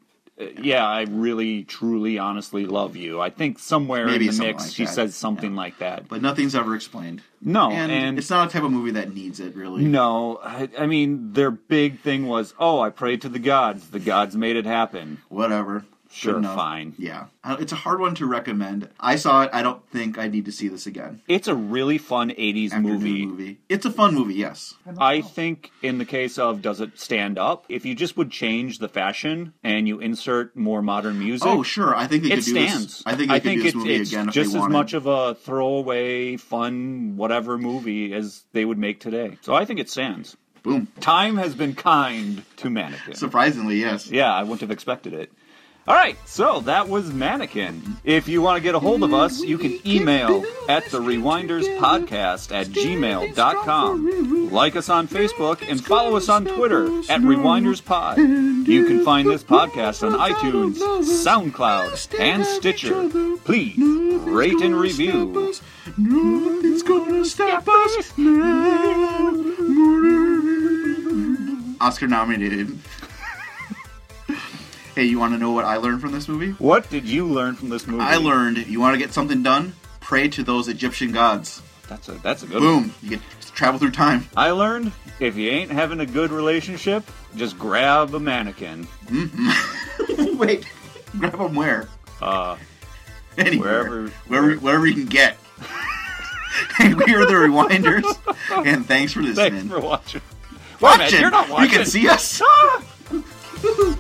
Speaker 1: uh, yeah i really truly honestly love you i think somewhere
Speaker 2: Maybe
Speaker 1: in the
Speaker 2: something
Speaker 1: mix
Speaker 2: like
Speaker 1: she
Speaker 2: that.
Speaker 1: says something like that
Speaker 2: But nothing's ever explained.
Speaker 1: no
Speaker 2: and,
Speaker 1: and
Speaker 2: it's not a type of movie that needs it really.
Speaker 1: no I, I mean their big thing was oh i prayed to the gods the gods made it happen
Speaker 2: Whatever.
Speaker 1: Sure,
Speaker 2: Good enough.
Speaker 1: fine.
Speaker 2: Yeah, I don't- it's a hard one to recommend. I saw it. I don't think I need to see this again.
Speaker 1: it's a really fun 80s
Speaker 2: After the
Speaker 1: movie
Speaker 2: movie. It's a fun movie. Yes.
Speaker 1: I think in the case of does it stand up, if you just would change the fashion and you insert more modern music,
Speaker 2: Oh, sure. I think they
Speaker 1: it
Speaker 2: could do
Speaker 1: stands.
Speaker 2: this. I think they could do this
Speaker 1: it's,
Speaker 2: movie
Speaker 1: it's
Speaker 2: again if
Speaker 1: just
Speaker 2: they
Speaker 1: as
Speaker 2: wanted.
Speaker 1: much of a throwaway, fun, whatever movie as they would make today. So I think it stands.
Speaker 2: Boom.
Speaker 1: Time has been kind to Mannequin.
Speaker 2: Surprisingly, yes.
Speaker 1: Yeah, I wouldn't have expected it. All right, so that was Mannequin. If you want to get a hold of us, you can email at the Rewinders Podcast at gmail.com. Like us on Facebook and follow us on Twitter at Rewinders Pod. You can find this podcast on iTunes, SoundCloud, and Stitcher. Please rate and review.
Speaker 2: Nothing's gonna stop us now. Oscar nominated. [LAUGHS] hey, you want to know what I learned from this movie?
Speaker 1: What did you learn from this movie?
Speaker 2: I learned you want to get something done, pray to those Egyptian gods.
Speaker 1: That's a that's a good one.
Speaker 2: Boom, you get to travel through time. [LAUGHS]
Speaker 1: I learned if you ain't having a good relationship, just grab a mannequin.
Speaker 2: Wait, grab them where?
Speaker 1: Uh,
Speaker 2: Anywhere,
Speaker 1: Wherever-
Speaker 2: wherever, wherever, you can [LAUGHS] get. hey, we are the Rewinders, and thanks for listening.
Speaker 1: thanks for watching. Wait a minute,
Speaker 2: watching. [LAUGHS]
Speaker 1: You're not watching.
Speaker 2: You can see us.
Speaker 1: Ah!